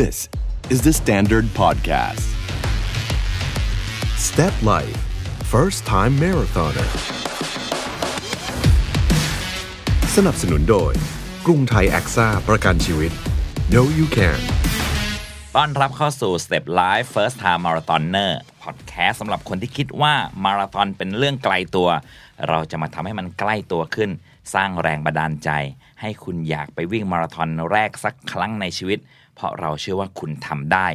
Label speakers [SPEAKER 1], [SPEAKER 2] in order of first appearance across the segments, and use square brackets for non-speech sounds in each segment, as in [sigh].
[SPEAKER 1] This is the Standard Podcast.
[SPEAKER 2] Step Life First Time Marathoner สนับสนุนโดย กรุงไทยแอคซ่าประกันชีวิต No You Can
[SPEAKER 3] ต้อนรับเข้าสู่ Step Life First Time Marathoner Podcast สำหรับคนที่คิดว่ามาราธอนเป็นเรื่องไกลตัว เราจะมาทำให้มันใกล้ตัวขึ้น สร้างแรงบันดาลใจ ให้คุณอยากไปวิ่งมาราธอนแรกสักครั้งในชีวิต เพราะเราเชื่อว่าคุณทำได้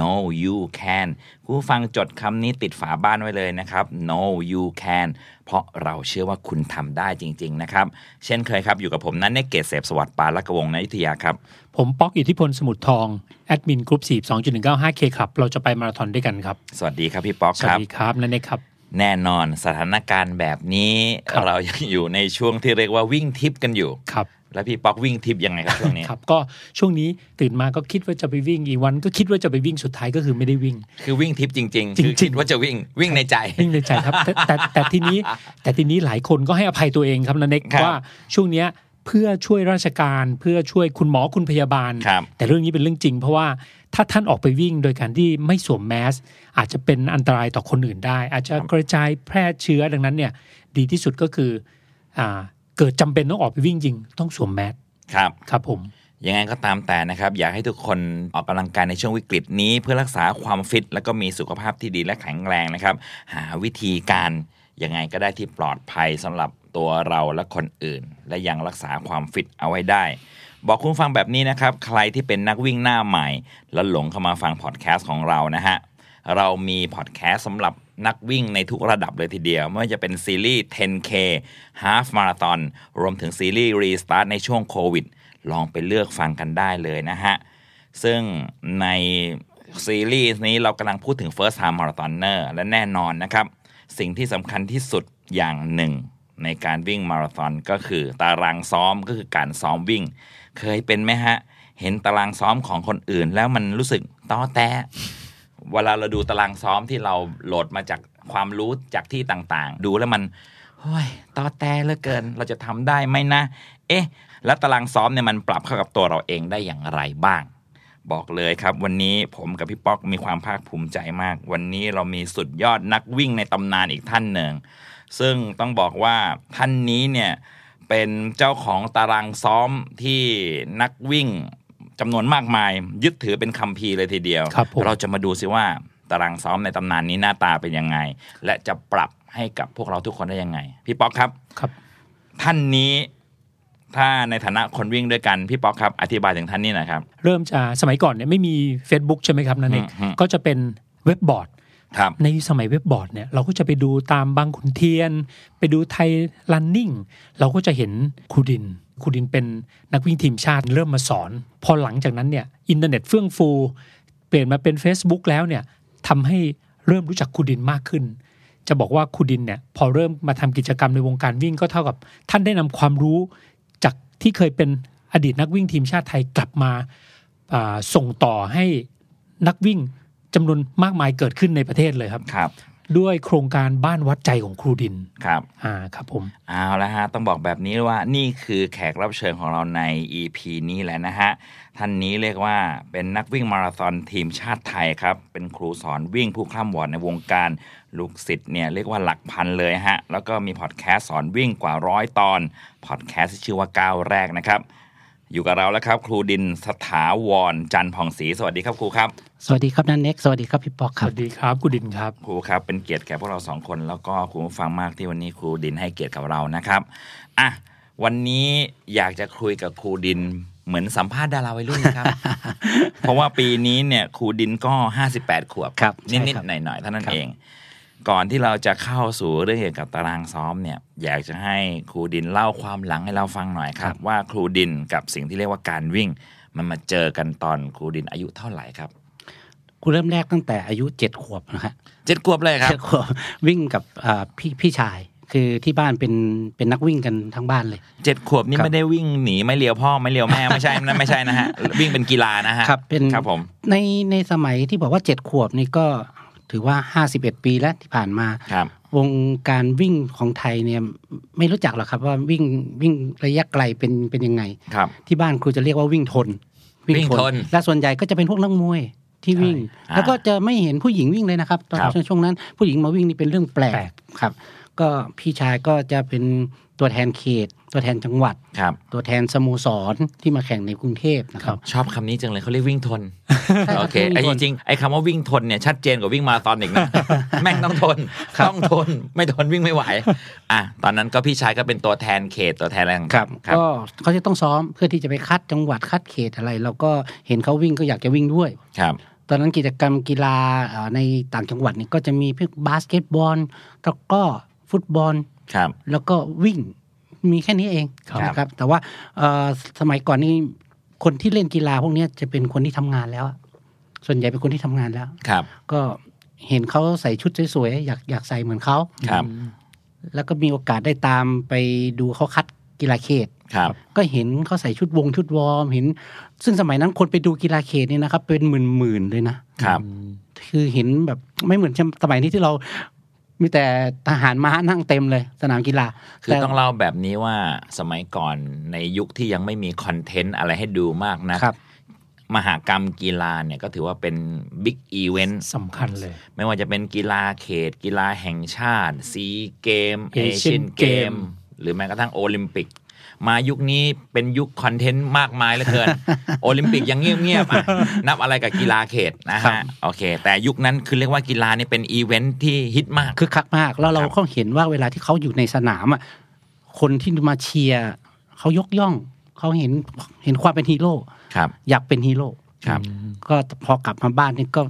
[SPEAKER 3] No you can คุณผู้ฟังจดคำนี้ติดฝาบ้านไว้เลยนะครับ No you can เพราะเราเชื่อว่าคุณทำได้จริง ๆ นะครับ เช่นเคยครับ อยู่กับผมนั้นเนกเกตเสพสวัสดิ์ปาละกวงนายุทธยาครับ
[SPEAKER 4] ผมป๊อกอิทธิพลสมุทรทอง แอดมินกรุ๊ป42.195 k ครับ เราจะไปมาราธอนด้วยกันครับ
[SPEAKER 3] สวัสดีครับพี่ป๊อก
[SPEAKER 4] ส
[SPEAKER 3] ค
[SPEAKER 4] วัส
[SPEAKER 3] รับ
[SPEAKER 4] ดีครับนั่นเองครับ
[SPEAKER 3] แน่นอนสถานการณ์แบบนี้
[SPEAKER 4] ครับ
[SPEAKER 3] เรายังอยู่ในช่วงที่เรียกว่าวิ่งทิปกันอยู่
[SPEAKER 4] ครับ
[SPEAKER 3] แล้วพี่ป๊อกวิ่งทิปยังไงครับช่วงนี้
[SPEAKER 4] ครับ ก็ช่วงนี้ตื่นมาก็คิดว่าจะไปวิ่งอีกวัน ก็คิดว่าจะไปวิ่งสุดท้ายก็คือไม่ได้วิ่ง
[SPEAKER 3] คือวิ่งทิปจริงๆคือ
[SPEAKER 4] จริ
[SPEAKER 3] คิด
[SPEAKER 4] งๆ
[SPEAKER 3] ว่าจะวิ่งวิ่งในใจ
[SPEAKER 4] วิ่งในใจครับแต่แต่แต่ทีนี้แต่ทีนี้หลายคนก็ให้อภัยตัวเองครับนันเอก
[SPEAKER 3] ครับ
[SPEAKER 4] ว่าช่วงเนี้ยเพื่อช่วยราชการเพื่อช่วยคุณหมอคุณพยาบาล
[SPEAKER 3] ครับ
[SPEAKER 4] แต่เรื่องนี้เป็นเรื่องจริง เพราะว่าถ้าท่านออกไปวิ่งโดยการที่ไม่สวมแมส อาจจะเป็นอันตรายต่อคนอื่นได้ อาจจะกระจายแพร่เชื้อดังนั้นเนี่ยดีที่สุดก็คืออ่าเกิดจำเป็นต้องออกไปวิ่งจริง ต้องสวมแมส
[SPEAKER 3] ครับ
[SPEAKER 4] ครับผม
[SPEAKER 3] ยังไงก็ตามแต่นะครับ อยากให้ทุกคนออกกำลังกายในช่วงวิกฤตนี้ เพื่อรักษาความฟิต แล้วก็มีสุขภาพที่ดีและแข็งแรงนะครับ หาวิธีการยังไงก็ได้ที่ปลอดภัยสำหรับตัวเราและคนอื่น และยังรักษาความฟิตเอาไว้ได้ บอกคุณผู้ฟังแบบนี้นะครับ ใครที่เป็นนักวิ่งหน้าใหม่ แล้วหลงเข้ามาฟังพอดแคสต์ของเรานะฮะ เรามีพอดแคสต์สำหรับนักวิ่งในทุกระดับเลยทีเดียว ไม่ว่าจะเป็นซีรีส์ 10K Half Marathon รวมถึงซีรีส์ Restart ในช่วงโควิด ลองไปเลือกฟังกันได้เลยนะฮะ ซึ่งในซีรีส์นี้เรากำลังพูดถึง First Time Marathoner และแน่นอนนะครับ สิ่งที่สำคัญที่สุดอย่างหนึ่ง ในการวิ่งมาราธอนก็คือตารางซ้อมก็คือการซ้อมวิ่ง เคยเป็นไหมฮะ เห็นตารางซ้อมของคนอื่น แล้วมันรู้สึกต้อแตะ เวลาเราดูตารางซ้อมที่เราโหลดมาจากความรู้จากที่ต่างๆ ดูแล้วมันเฮ้ยต่อแต่เหลือเกิน เราจะทำได้ไหมนะ เอ๊ะ แล้วตารางซ้อมเนี่ยมันปรับเข้ากับตัวเราเองได้อย่างไรบ้าง บอกเลยครับ วันนี้ผมกับพี่ป๊อกมีความภาคภูมิใจมาก วันนี้เรามีสุดยอดนักวิ่งในตำนานอีกท่านหนึ่ง ซึ่งต้องบอกว่าท่านนี้เนี่ยเป็นเจ้าของตารางซ้อมที่นักวิ่งจำนวนมากมาย ยึดถือเป็นคัมภีร์เลยทีเดียว
[SPEAKER 4] ครับผม
[SPEAKER 3] เราจะมาดูซิว่าตารางซ้อมในตำนานนี้หน้าตาเป็นยังไง และจะปรับให้กับพวกเราทุกคนได้ยังไง พี่ป๊อกครับ
[SPEAKER 4] ครับ
[SPEAKER 3] ท่านนี้ถ้าในฐานะคนวิ่งด้วยกันพี่ป๊อกครับ อธิบายถึงท่านนี้หนะครับ
[SPEAKER 4] เริ่มจะสมัยก่อนเนี่ยไม่มี Facebook ใช่ไหมครับนันเอก
[SPEAKER 3] อืม
[SPEAKER 4] ก็จะเป็นเว็บบอร์ด
[SPEAKER 3] ครับ
[SPEAKER 4] ในสมัยเว็บบอร์ดเนี่ยเราก็จะไปดูตามบางขุนเทียน ไปดูไทยรันนิ่งเราก็จะเห็นครูดินครูดินเป็นนักวิ่งทีมชาติเริ่มมาสอน พอหลังจากนั้นเนี่ยอินเทอร์เน็ตเฟื่องฟู เปลี่ยนมาเป็น Facebook แล้วเนี่ยทำให้เริ่มรู้จักครูดินมากขึ้น จะบอกว่าครูดินเนี่ยพอเริ่มมาทำกิจกรรมในวงการวิ่งก็เท่ากับ ท่านได้นำความรู้ จากที่เคยเป็นอดีตนักวิ่งทีมชาติไทยกลับมาอ่าส่งต่อให้นักวิ่งจำนวนมากมายเกิดขึ้นในประเทศเลยครับ
[SPEAKER 3] ครับ
[SPEAKER 4] ด้วยโครงการบ้านวัดใจของครูดิน
[SPEAKER 3] ครับ
[SPEAKER 4] อ่าครับผม
[SPEAKER 3] เอาละฮะต้องบอกแบบนี้ว่านี่คือแขกรับเชิญของเราใน EP นี้แหละนะฮะ ท่านนี้เรียกว่าเป็นนักวิ่งมาราธอนทีมชาติไทยครับ เป็นครูสอนวิ่งผู้คล่ำวอดในวงการลูกศิษย์เนี่ยเรียกว่าหลักพันเลยฮะ แล้วก็มีพอดแคสต์สอนวิ่งกว่าร้อยตอนพอดแคสต์ที่ชื่อว่าก้าวแรกนะครับ อยู่กับเราแล้วครับ ครูดินสถาวรจันทร์ผ่องศรีสวัสดีครับครูครับ
[SPEAKER 5] สวัสดีครับนันเน็ก สวัสดีครับพี่ป๊อก
[SPEAKER 4] ส
[SPEAKER 5] ครับ
[SPEAKER 4] วัสดีครับครูดินครับ
[SPEAKER 3] ครูครับเป็นเกียรติแก่พวกเราสองคนแล้วก็คุณผู้ฟังมากที่วันนี้ครูดินให้เกียรติกับเรานะครับอ่ะวันนี้อยากจะคุยกับครูดินเหมือนสัมภาษณ์ดาราวัยรุ่น
[SPEAKER 5] [laughs]
[SPEAKER 3] นะครับ เพราะว่าปีนี้เนี่ยครูดินก็ 58 ขวบ
[SPEAKER 5] ครับใช่
[SPEAKER 3] นิด
[SPEAKER 5] ครับ
[SPEAKER 3] ๆหน่อยๆเท่านั้น
[SPEAKER 5] ครับ
[SPEAKER 3] เอง ก่อนที่เราจะเข้าสู่เรื่องเกี่ยวกับตารางซ้อมเนี่ยอยากจะให้ครูดินเล่าความหลังให้เราฟังหน่อยครับ ว่าครูดินกับสิ่งที่เรียกว่าการวิ่ง มันมาเจอกันตอนครูดินอายุเท่าไหร่ครับ
[SPEAKER 5] กูเริ่มแรกตั้งแต่อายุเจ็ดขวบนะฮะ
[SPEAKER 3] เจ็ดขวบเลยครับ
[SPEAKER 5] เจ็ดขวบ [laughs] วิ่งกับอ่าพี่พี่ชาย คือที่บ้านเป็นเป็นนักวิ่งกันทั้งบ้านเลย
[SPEAKER 3] เจ็ดขวบนี่
[SPEAKER 5] ครับ
[SPEAKER 3] ไม่ได้วิ่งหนีไม่เลี้ยวพ่อไม่เลี้ยวแม่ [laughs] ไม่ใช่นั่นไม่ใช่นะฮะ วิ่งเป็นกีฬานะฮะ
[SPEAKER 5] ครับเป็น
[SPEAKER 3] ครับผม
[SPEAKER 5] ในในสมัยที่บอกว่าเจ็ดขวบนี่ก็ถือว่าห้าสิบเอ็ดปีแล้วที่ผ่านมา
[SPEAKER 3] ครับ
[SPEAKER 5] วงการวิ่งของไทยเนี่ยไม่รู้จักหรอกครับว่าวิ่งวิ่งระยะไกลเป็นเป็นยังไง
[SPEAKER 3] ครับ
[SPEAKER 5] ที่บ้านครูจะเรียกว่าวิ่งทน
[SPEAKER 3] วิ่งทน
[SPEAKER 5] และส่วนใหญ่ก็จะเป็นพวกนักมวยที่วิ่ง
[SPEAKER 3] ใช่อ่า
[SPEAKER 5] แล้วก็จะไม่เห็นผู้หญิงวิ่งเลยนะครับตอน
[SPEAKER 3] ครับ
[SPEAKER 5] ช่วงช่วงนั้น ผู้หญิงมาวิ่งนี่เป็นเรื่องแปล
[SPEAKER 4] แปล
[SPEAKER 5] ก
[SPEAKER 4] ก
[SPEAKER 5] ครับ ก็พี่ชายก็จะเป็นตัวแทนเขต ตัวแทนจังหวัด
[SPEAKER 3] ครับ
[SPEAKER 5] ตัวแทนสโมสรที่มาแข่งในกรุงเทพนะครับ
[SPEAKER 3] ชอบคำนี้จังเลยเขาเรียกวิ่งทน
[SPEAKER 5] ใช่ครับ
[SPEAKER 3] โอเค
[SPEAKER 5] วิ่งทน
[SPEAKER 3] ไอ้จริงๆไอ้คำว่าวิ่งทนเนี่ยชัดเจนกว่าวิ่งมาราธอนอีก
[SPEAKER 5] [laughs]
[SPEAKER 3] นะ แม่งต้องทน ต้องทน ไม่ทนวิ่งไม่ไหว อ่ะ ตอนนั้นก็พี่ชายก็เป็นตัวแทนเขตตัวแทนอะไรต่างๆครับ
[SPEAKER 5] ก็เขาจะต้องซ้อมเพื่อที่จะไปคัดจังหวัดคัดเขตอะไร เราก็เห็นเขาวิ่งก็อยากจะวิ่งด้วย
[SPEAKER 3] ครับ
[SPEAKER 5] ตอนนั้นกิจกรรมกีฬาเอ่อในต่างจังหวัดนี่ก็จะมีพวกบาสเกตบอลตะกร้อฟุตบอล
[SPEAKER 3] ครับ
[SPEAKER 5] แล้วก็วิ่งมีแค่นี้เอง
[SPEAKER 3] ครับ
[SPEAKER 5] นะครับ แต่ว่าเอ่อสมัยก่อนนี่คนที่เล่นกีฬาพวกเนี้ยจะเป็นคนที่ทำงานแล้วอะส่วนใหญ่เป็นคนที่ทำงานแล้ว
[SPEAKER 3] ครับ
[SPEAKER 5] ก็เห็นเขาใส่ชุดสวยๆอยากอยากใส่เหมือนเขา
[SPEAKER 3] ครับ
[SPEAKER 5] แล้วก็มีโอกาสได้ตามไปดูเขาคัดกีฬาเขต
[SPEAKER 3] ครับ
[SPEAKER 5] ก็เห็นเขาใส่ชุดวงชุดวอร์มเห็น ซึ่งสมัยนั้นคนไปดูกีฬาเขตเนี่ยนะครับ เป็นหมื่นๆเลยนะ
[SPEAKER 3] ครับ
[SPEAKER 5] คือเห็นแบบไม่เหมือนสมัยนี้ที่เรา มีแต่ทหารม้านั่งเต็มเลยสนามกีฬา
[SPEAKER 3] คือต้อง
[SPEAKER 5] แ
[SPEAKER 3] เล่าแบบนี้ว่าสมัยก่อนในยุคที่ยังไม่มีคอนเทนต์อะไรให้ดูมากนะ
[SPEAKER 5] ครับ
[SPEAKER 3] มหากรรมกีฬาเนี่ยก็ถือว่าเป็นบิ๊กอีเวนต์
[SPEAKER 4] สำคัญเลย
[SPEAKER 3] ไม่ว่าจะเป็นกีฬาเขต กีฬาแห่งชาติ ซีเกม เอ
[SPEAKER 4] Asian
[SPEAKER 3] เชียนเกม
[SPEAKER 4] Game
[SPEAKER 3] หรือแม้กระทั่งโอลิมปิก มายุคนี้เป็นยุคคอนเทนต์มากมายเหลือเกิน
[SPEAKER 5] [laughs]
[SPEAKER 3] โอลิมปิกยังเงียบๆอ่ะนับอะไรกับกีฬาเขตนะ
[SPEAKER 5] ครับ
[SPEAKER 3] ฮะโอเค แต่ยุคนั้นคือเรียกว่ากีฬาเนี่ยเป็นอีเวนท์ที่ฮิตมาก
[SPEAKER 5] คือคักมากแล้วเรา
[SPEAKER 3] ครับ
[SPEAKER 5] ก็เห็นว่าเวลาที่เขาอยู่ในสนามอ่ะคนที่มาเชียร์เขายกย่องเขาเห็นเห็นความเป็นฮีโร่
[SPEAKER 3] ครับ
[SPEAKER 5] อยากเป็นฮีโร่
[SPEAKER 3] ครับ
[SPEAKER 5] ก็พอกลับมาบ้านนี่ก็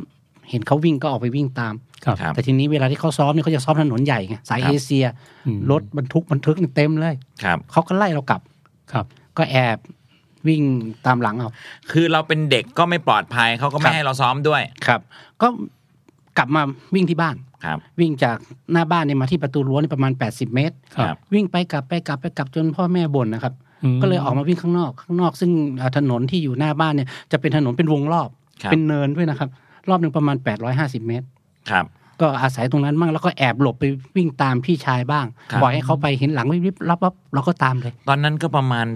[SPEAKER 5] เห็นเขาวิ่งก็ออกไปวิ่งตาม
[SPEAKER 4] ครับ
[SPEAKER 3] ครับ
[SPEAKER 5] แต่ทีนี้เวลาที่เขาซ้อมเนี่ยเขาจะซ้อมถนนใหญ่ไงสาย
[SPEAKER 3] ครับ
[SPEAKER 5] เอเชีย
[SPEAKER 4] อืม
[SPEAKER 5] รถบรรทุกบรรทุกนี่เต็มเลย
[SPEAKER 3] ครับ
[SPEAKER 5] เขาก็ไล่เรากลับ
[SPEAKER 4] ครับ
[SPEAKER 5] ก็แอบวิ่งตามหลังเอา
[SPEAKER 3] คือเราเป็นเด็กก็ไม่ปลอดภัยเขาก็
[SPEAKER 5] ครั
[SPEAKER 3] ไม่
[SPEAKER 5] บ
[SPEAKER 3] ให้เราซ้อมด้วย
[SPEAKER 5] ครับ ก็กลับมาวิ่งที่บ้าน
[SPEAKER 3] ครับ
[SPEAKER 5] วิ่งจากหน้าบ้านเนี่ยมาที่ประตูรั้วนี่ประมาณ 80 เมตร
[SPEAKER 4] ครับ
[SPEAKER 5] วิ่งไปกลับไปกลับไปกลับจนพ่อแม่บ่นนะครับ
[SPEAKER 4] อืม
[SPEAKER 5] ก็เลยออกมาวิ่งข้างนอกข้างนอก ซึ่งเอ่อถนนที่อยู่หน้าบ้านเนี่ยจะเป็นถนนเป็นวงรอบ
[SPEAKER 3] ครับ
[SPEAKER 5] เป็นเนินด้วยนะครับ รอบหนึ่งประมาณ 850 เมตร
[SPEAKER 3] ครับ
[SPEAKER 5] ก็อาศัยตรงนั้นบ้างแล้วก็แอบหลบไปวิ่งตามพี่ชายบ้าง
[SPEAKER 3] ครับ
[SPEAKER 5] ปล่อยให้เขาไปเห็นหลังวิ่งๆรับรับเราก็ตามเลย
[SPEAKER 3] ตอนนั้นก็ประมาณ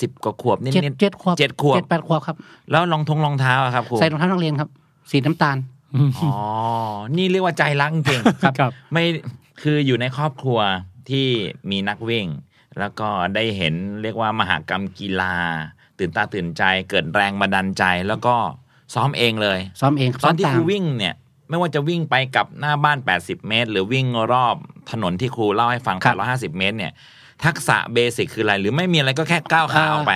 [SPEAKER 3] สิบกว่าขวบนิด
[SPEAKER 5] เจ็ด
[SPEAKER 3] ๆ
[SPEAKER 5] เจ็ดขวบ
[SPEAKER 3] เจ็ดขวบ
[SPEAKER 5] เจ็ดแปดขวบครับ
[SPEAKER 3] แล้วรองทงรองเท้าอะครับครู
[SPEAKER 5] ใส่รองเท้านักเรียนครับ สีน้ำตาล
[SPEAKER 3] อ๋อนี่เรียกว่าใจรักจริง
[SPEAKER 4] ครับครับ
[SPEAKER 3] ไม่คืออยู่ในครอบครัวที่มีนักวิ่ง แล้วก็ได้เห็นเรียกว่ามหากรรมกีฬา ตื่นตาตื่นใจเกิดแรงบันดาลใจแล้วก็ซ้อมเองเลย
[SPEAKER 5] ซ้อมเองครับ
[SPEAKER 3] ตอนที่
[SPEAKER 5] ซ้ม
[SPEAKER 3] ค
[SPEAKER 5] ม
[SPEAKER 3] รูวิ่งเนี่ย ไม่ว่าจะวิ่งไปกลับหน้าบ้าน 80 เมตร หรือวิ่งรอบถนนที่ครูเล่าให้ฟัง850 เมตรเนี่ย ทักษะเบสิกคืออะไร หรือไม่มีอะไรก็แค่ก้าวขาออกไป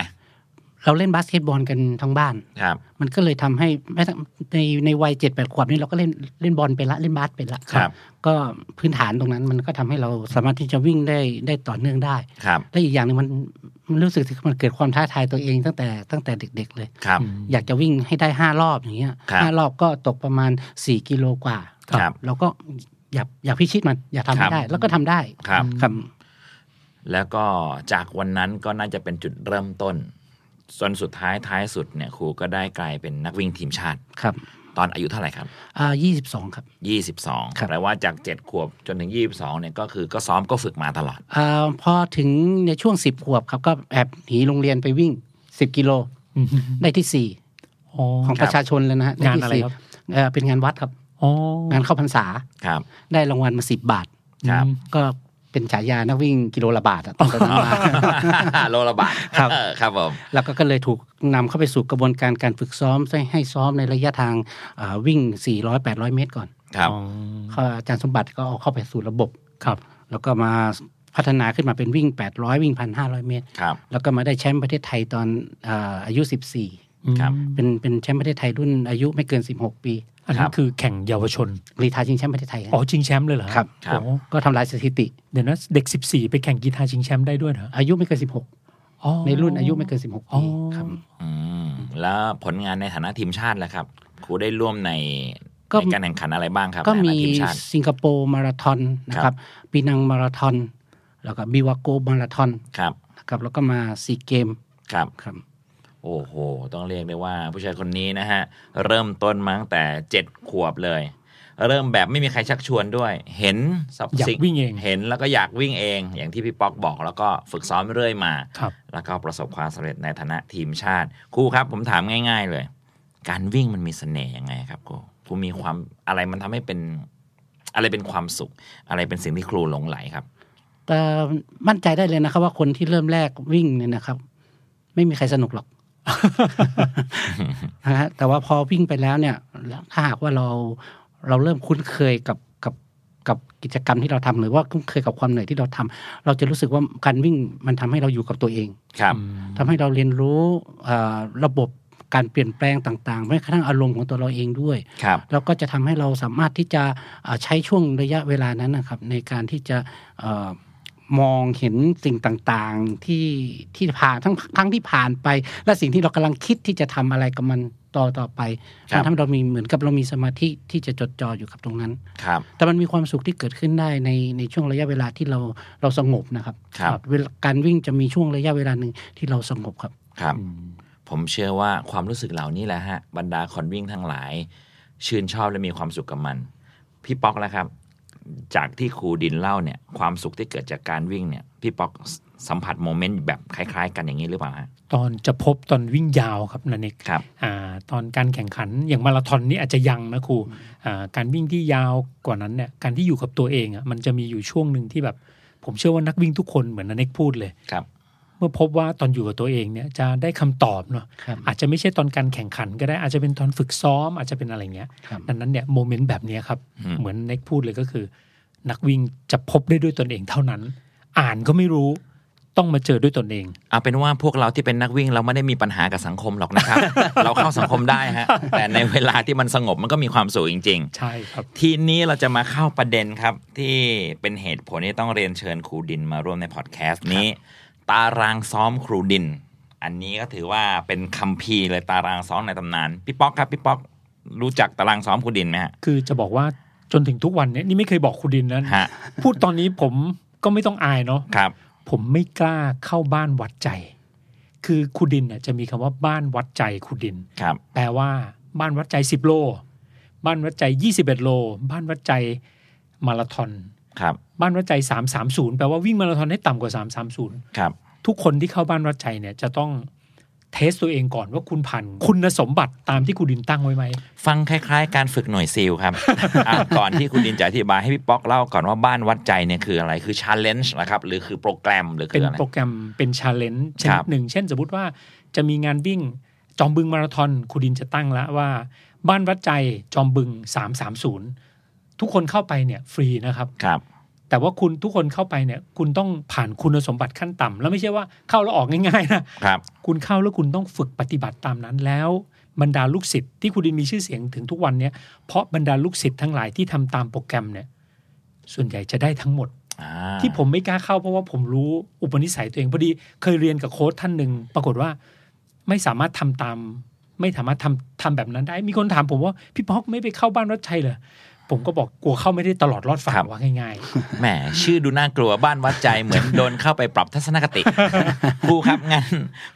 [SPEAKER 5] เราเล่นบาสเกตบอลกันทั้งบ้าน
[SPEAKER 3] ครับ
[SPEAKER 5] มันก็เลยทำให้แม้แต่ในในวัยเจ็ดแปดขวบนี่เราก็เล่นเล่นบอลไปละเล่นบาสไปละ
[SPEAKER 3] ครับ
[SPEAKER 5] ก็พื้นฐานตรงนั้นมันก็ทำให้เราสามารถที่จะวิ่งได้ได้ต่อเนื่องได้
[SPEAKER 3] ครับ
[SPEAKER 5] และอีกอย่างหนึ่งมันมันรู้สึกถึงมันเกิดความท้าทายตัวเองตั้งแต่ตั้งแต่เด็ก ๆ เลย
[SPEAKER 3] ครับ
[SPEAKER 5] อยากจะวิ่งให้ได้ห้ารอบอย่างเงี้ย
[SPEAKER 3] ครับ
[SPEAKER 5] ห้ารอบก็ตกประมาณสี่กิโลกว่า
[SPEAKER 3] ครับ
[SPEAKER 5] แล้วก็อยากอยากพิชิตมันอยากทำ
[SPEAKER 3] ครั
[SPEAKER 5] ให้
[SPEAKER 3] บ
[SPEAKER 5] ได้ แล้วก็ทำได้
[SPEAKER 3] ครับ
[SPEAKER 5] ครับ
[SPEAKER 3] แล้วก็จากวันนั้นก็น่าจะเป็นจุดเริ่มต้นจนสุดท้ายท้ายสุดเนี่ยครูก็ได้กลายเป็นนักวิ่งทีมชาติ
[SPEAKER 5] ครับ
[SPEAKER 3] ตอนอายุเท่าไหร่ครับ
[SPEAKER 5] อ่ายี่สิบสองครับ ครั
[SPEAKER 3] 22
[SPEAKER 5] บ
[SPEAKER 3] แปลว่าจาก 7 ขวบจนถึง 22เนี่ยก็คือก็ซ้อมก็ฝึกมาตลอด
[SPEAKER 5] อาพอถึงในช่วงสิบขวบครับก็แอบหนีโรงเรียนไปวิ่งสิบกิโล
[SPEAKER 4] อืม
[SPEAKER 5] ได้ที่สี่
[SPEAKER 4] อ๋อ
[SPEAKER 5] ของประชาชนเลยนะฮะด้
[SPEAKER 4] งาน
[SPEAKER 5] ที่
[SPEAKER 4] อะไร
[SPEAKER 5] สี่
[SPEAKER 4] ครับ
[SPEAKER 5] เอ่อเป็นงานวัดครับ
[SPEAKER 4] อ๋อง
[SPEAKER 5] านเข้าพรรษา
[SPEAKER 3] ครับ
[SPEAKER 5] ได้รางวัลมาสิบบาท
[SPEAKER 3] ครับ
[SPEAKER 5] ก็เป็นฉายานักวิ่งกิโลละบาทอะตอนนั้นมา [laughs]
[SPEAKER 3] โลละบาท [laughs]
[SPEAKER 5] ครับ
[SPEAKER 3] เออครับผม
[SPEAKER 5] แล้วก็ก็เลยถูกนำเข้าไปสู่กระบวนการการฝึกซ้อมให้ให้ซ้อมในระยะทางอ่าวิ่ง 400 800 เมตรก่อน
[SPEAKER 3] ครับ
[SPEAKER 4] อ๋อ
[SPEAKER 5] เขาอาจารย์สมบัติก็เอาเข้าไปสู่ระบบ
[SPEAKER 4] ครับ
[SPEAKER 5] แล้วก็มาพัฒนาขึ้นมาเป็นวิ่ง 800 วิ่ง 1,500 เมตร
[SPEAKER 3] ครับ
[SPEAKER 5] แล้วก็มาได้แชมป์ประเทศไทยตอนอาอายุ
[SPEAKER 3] ครับ
[SPEAKER 5] 14 เป็นเป็นแชมป์ประเทศไทยรุ่นอายุไม่เกิน 16 ปี
[SPEAKER 4] อันนั้นคือแข่งเยาวชน
[SPEAKER 5] กรีธาชิงแชมป์ประเทศไทยฮะ
[SPEAKER 4] อ๋อชิงแชมป์เลยเหรอ
[SPEAKER 5] ครับ
[SPEAKER 3] ครับ
[SPEAKER 4] โอ้
[SPEAKER 5] ก็ทำลายสถิติ
[SPEAKER 4] เดี๋ยวนะเด็ก 14 ไปแข่งกีฬาชิงแชมป์ได้ด้วยเหรอ
[SPEAKER 5] อายุไม่เกิน
[SPEAKER 4] อ๋อ
[SPEAKER 5] 16 ในรุ่นอายุไม่เกิน 16
[SPEAKER 4] อ๋อ
[SPEAKER 5] ปีครับ
[SPEAKER 3] อืมแล้วผลงานในฐานะทีมชาติล่ะครับ ครูได้ร่วมใน
[SPEAKER 5] ก็
[SPEAKER 3] ในการแข่งขันอะไรบ้างครับ
[SPEAKER 5] ก็
[SPEAKER 3] ใน
[SPEAKER 5] มี
[SPEAKER 3] ฐานะทีมชาติ
[SPEAKER 5] สิงคโปร์มาราธอนนะค
[SPEAKER 3] ครั
[SPEAKER 5] รับ
[SPEAKER 3] บ
[SPEAKER 5] ปีนังมาราธอน แล้วก็บิวาโกมาราธอน
[SPEAKER 3] ครับ
[SPEAKER 5] นะครับ แล้วก็มาซีเกม
[SPEAKER 3] ครับ
[SPEAKER 5] ครับ
[SPEAKER 3] โอ้โห ต้องเรียกได้ว่าผู้ชายคนนี้นะฮะ เริ่มต้นมาตั้งแต่ 7 ขวบเลย เริ่มแบบไม่มีใครชักชวนด้วย เห็นสับ
[SPEAKER 4] อยาก
[SPEAKER 3] สิ่
[SPEAKER 4] วิ่งเอง
[SPEAKER 3] เห็นแล้วก็อยากวิ่งเอง อย่างที่พี่ป๊อกบอกแล้วก็ฝึกซ้อมเรื่อยมา
[SPEAKER 4] ครับ
[SPEAKER 3] แล้วก็ประสบความสำเร็จในฐานะทีมชาติครูครับผมถามง่าย ๆ เลย การวิ่งมันมีเสน่ห์ยังไงครับครูครูมีความอะไรมันทำให้เป็นอะไรเป็นความสุข อะไรเป็นสิ่งที่ครูหลงไหลครับ
[SPEAKER 5] แต่มั่นใจได้เลยนะครับ ว่าคนที่เริ่มแรกวิ่งเนี่ยนะครับ ไม่มีใครสนุกหรอก นะฮะแต่ว่าพอวิ่งไปแล้วเนี่ยถ้าหากว่าเราเราเริ่มคุ้นเคยกับกับกับกิจกรรมที่เราทำหรือว่าคุ้นเคยกับความเหนื่อยที่เราทำเราจะรู้สึกว่าการวิ่งมันทำให้เราอยู่กับตัวเอง
[SPEAKER 3] ครับ
[SPEAKER 5] ทำให้เราเรียนรู้เอ่อระบบการเปลี่ยนแปลงต่างๆแม้กระทั่งอารมณ์ของตัวเราเองด้วย
[SPEAKER 3] ครับ
[SPEAKER 5] แล้วก็จะทำให้เราสามารถที่จะเอ่อใช้ช่วงระยะเวลานั้นนะครับ ในการที่จะเอ่อมองเห็นสิ่งต่างๆที่ที่ผ่านทั้งทั้งที่ผ่านไป และสิ่งที่เรากำลังคิดที่จะทำอะไรกับมันต่อต่อไป
[SPEAKER 3] ครับ
[SPEAKER 5] มันทำให้เรามีเหมือนกับเรามีสมาธิที่จะจดจ่ออยู่กับตรงนั้น
[SPEAKER 3] ครับ
[SPEAKER 5] แต่มันมีความสุขที่เกิดขึ้นได้ในในช่วงระยะเวลาที่เราเราสงบนะครับ
[SPEAKER 3] ครับ
[SPEAKER 5] เวลาการวิ่งจะมีช่วงระยะเวลาหนึ่งที่เราสงบครับ
[SPEAKER 3] ครับ ผมเชื่อว่าความรู้สึกเหล่านี้แหละฮะ บรรดาคนวิ่งทั้งหลาย ชื่นชอบและมีความสุขกับมัน พี่ป๊อกแล้วครับ จากที่ครูดินเล่าเนี่ย ความสุขที่เกิดจากการวิ่งเนี่ย พี่ป๊อกสสัมผัสโมเมนต์แบบคล้าย ๆ กันอย่างนี้หรือเปล่าฮะ
[SPEAKER 4] ตอนจะพบตอนวิ่งยาวครับนันเอก
[SPEAKER 3] ครับ
[SPEAKER 4] อ่าตอนการแข่งขันอย่างมาราธอนนี่อาจจะยังนะครูอ่าการวิ่งที่ยาวกว่านั้นเนี่ยการที่อยู่กับตัวเองอ่ะมันจะมีอยู่ช่วงหนึ่งที่แบบ ผมเชื่อว่านักวิ่งทุกคนเหมือนนันเอกพูดเลย
[SPEAKER 3] ครับ
[SPEAKER 4] เมื่อพบว่าตอนอยู่กับตัวเองเนี่ยจะได้คำตอบเนาะ
[SPEAKER 5] ครับ
[SPEAKER 4] อาจจะไม่ใช่ตอนการแข่งขันก็ได้อาจจะเป็นตอนฝึกซ้อมอาจจะเป็นอะไรเงี้ย
[SPEAKER 5] ครับ
[SPEAKER 4] ดังนั้นเนี่ยโมเมนต์แบบเนี้ยครับ
[SPEAKER 3] อืม
[SPEAKER 4] เหมือนเน็กพูดเลยก็คือ นักวิ่งจะพบได้ด้วยตนเองเท่านั้น อ่านก็ไม่รู้ต้องมาเจอด้วยตนเอง
[SPEAKER 3] เอาเป็นว่าพวกเราที่เป็นนักวิ่งเราไม่ได้มีปัญหากับสังคมหรอกนะครับ เราเข้าสังคมได้ฮะ แต่ในเวลาที่มันสงบมันก็มีความสุขจริง ๆ
[SPEAKER 4] ใช่ครับ
[SPEAKER 3] ทีนี้เราจะมาเข้าประเด็นครับ ที่เป็นเหตุผลที่ต้องเรียนเชิญครูดินมาร่วมในพอดแคสต์นี้ ตารางซ้อมครูดิน อันนี้ก็ถือว่าเป็นคัมภีร์เลยตารางซ้อมในตำนานพี่ป๊อกครับพี่ป๊อกรู้จักตารางซ้อมครูดินไหมฮะ
[SPEAKER 4] คือจะบอกว่าจนถึงทุกวันเนี่ยนี่ไม่เคยบอกครูดินนะ
[SPEAKER 3] ฮะ
[SPEAKER 4] พูดตอนนี้ผมก็ไม่ต้องอายเนาะ
[SPEAKER 3] ครับ
[SPEAKER 4] ผมไม่กล้าเข้าบ้านวัดใจ คือครูดินเนี่ยจะมีคำว่าบ้านวัดใจครูดิน
[SPEAKER 3] ครับ
[SPEAKER 4] แปลว่าบ้านวัดใจ 10 โล บ้านวัดใจ 21 โล บ้านวัดใจมาราธอน
[SPEAKER 3] ครับ
[SPEAKER 4] บ้านวัดใจ 330 แปลว่าวิ่งมาราธอนให้ต่ำกว่า 330
[SPEAKER 3] ครับ
[SPEAKER 4] ทุกคนที่เข้าบ้านวัดใจเนี่ยจะต้องเทสตัวเองก่อนว่าคุณผ่านคุณสมบัติตามที่คุณดินตั้งไว้ไหม
[SPEAKER 3] ฟังคล้าย ๆ การฝึกหน่วยซิลครับ [laughs] อ่ะก่อนที่ครูดินจะอธิบายให้พี่ป๊อกเล่าก่อนว่าบ้านวัดใจเนี่ยคืออะไรคือชาเลนจ์นะครับหรือคือโปรแกรมหรือคื
[SPEAKER 4] เป็น
[SPEAKER 3] ออะไร
[SPEAKER 4] โปรแกรมเป็นชาเลนจ์ช
[SPEAKER 3] ค
[SPEAKER 4] นิ
[SPEAKER 3] รั
[SPEAKER 4] ด
[SPEAKER 3] บ
[SPEAKER 4] หนึ่ง เช่นสมมติว่าจะมีงานวิ่งจอมบึงมาราธอนคุณดินจะตั้งละว่า บ้านวัดใจจอมบึง 330 ทุกคนเข้าไปเนี่ยฟรีนะครับ
[SPEAKER 3] ครับ
[SPEAKER 4] แต่ว่าคุณทุกคนเข้าไปเนี่ย คุณต้องผ่านคุณสมบัติขั้นต่ำแล้วไม่ใช่ว่าเข้าแล้วออกง่ายๆนะครับ คุณเข้าแล้วคุณต้องฝึกปฏิบัติตามนั้นแล้ว บรรดาลูกศิษย์ที่คุณดินมีชื่อเสียงถึงทุกวันเนี่ยเพราะบรรดาลูกศิษย์ทั้งหลายที่ทำตามโปรแกรมเนี่ย ส่วนใหญ่จะได้ทั้งหมด
[SPEAKER 3] อ่า
[SPEAKER 4] ที่ผมไม่กล้าเข้าเพราะว่าผมรู้อุปนิสัยตัวเองพอดีเคยเรียนกับโค้ชท่านหนึ่งปรากฏว่าไม่สามารถทำตาม ไม่สามารถทำทำแบบนั้นได้ มีคนถามผมว่าพี่ป๊อกไม่ไปเข้าบ้านวัดชัยเหรอผมก็บอกกลัวเข้าไม่ได้ตลอดรอดฝั่งว่าง่ายๆ
[SPEAKER 3] แหมชื่อดูน่ากลัวบ้านวัดใจเหมือนโดนเข้าไปปรับทัศน [laughs] คติ ครูครับงั้น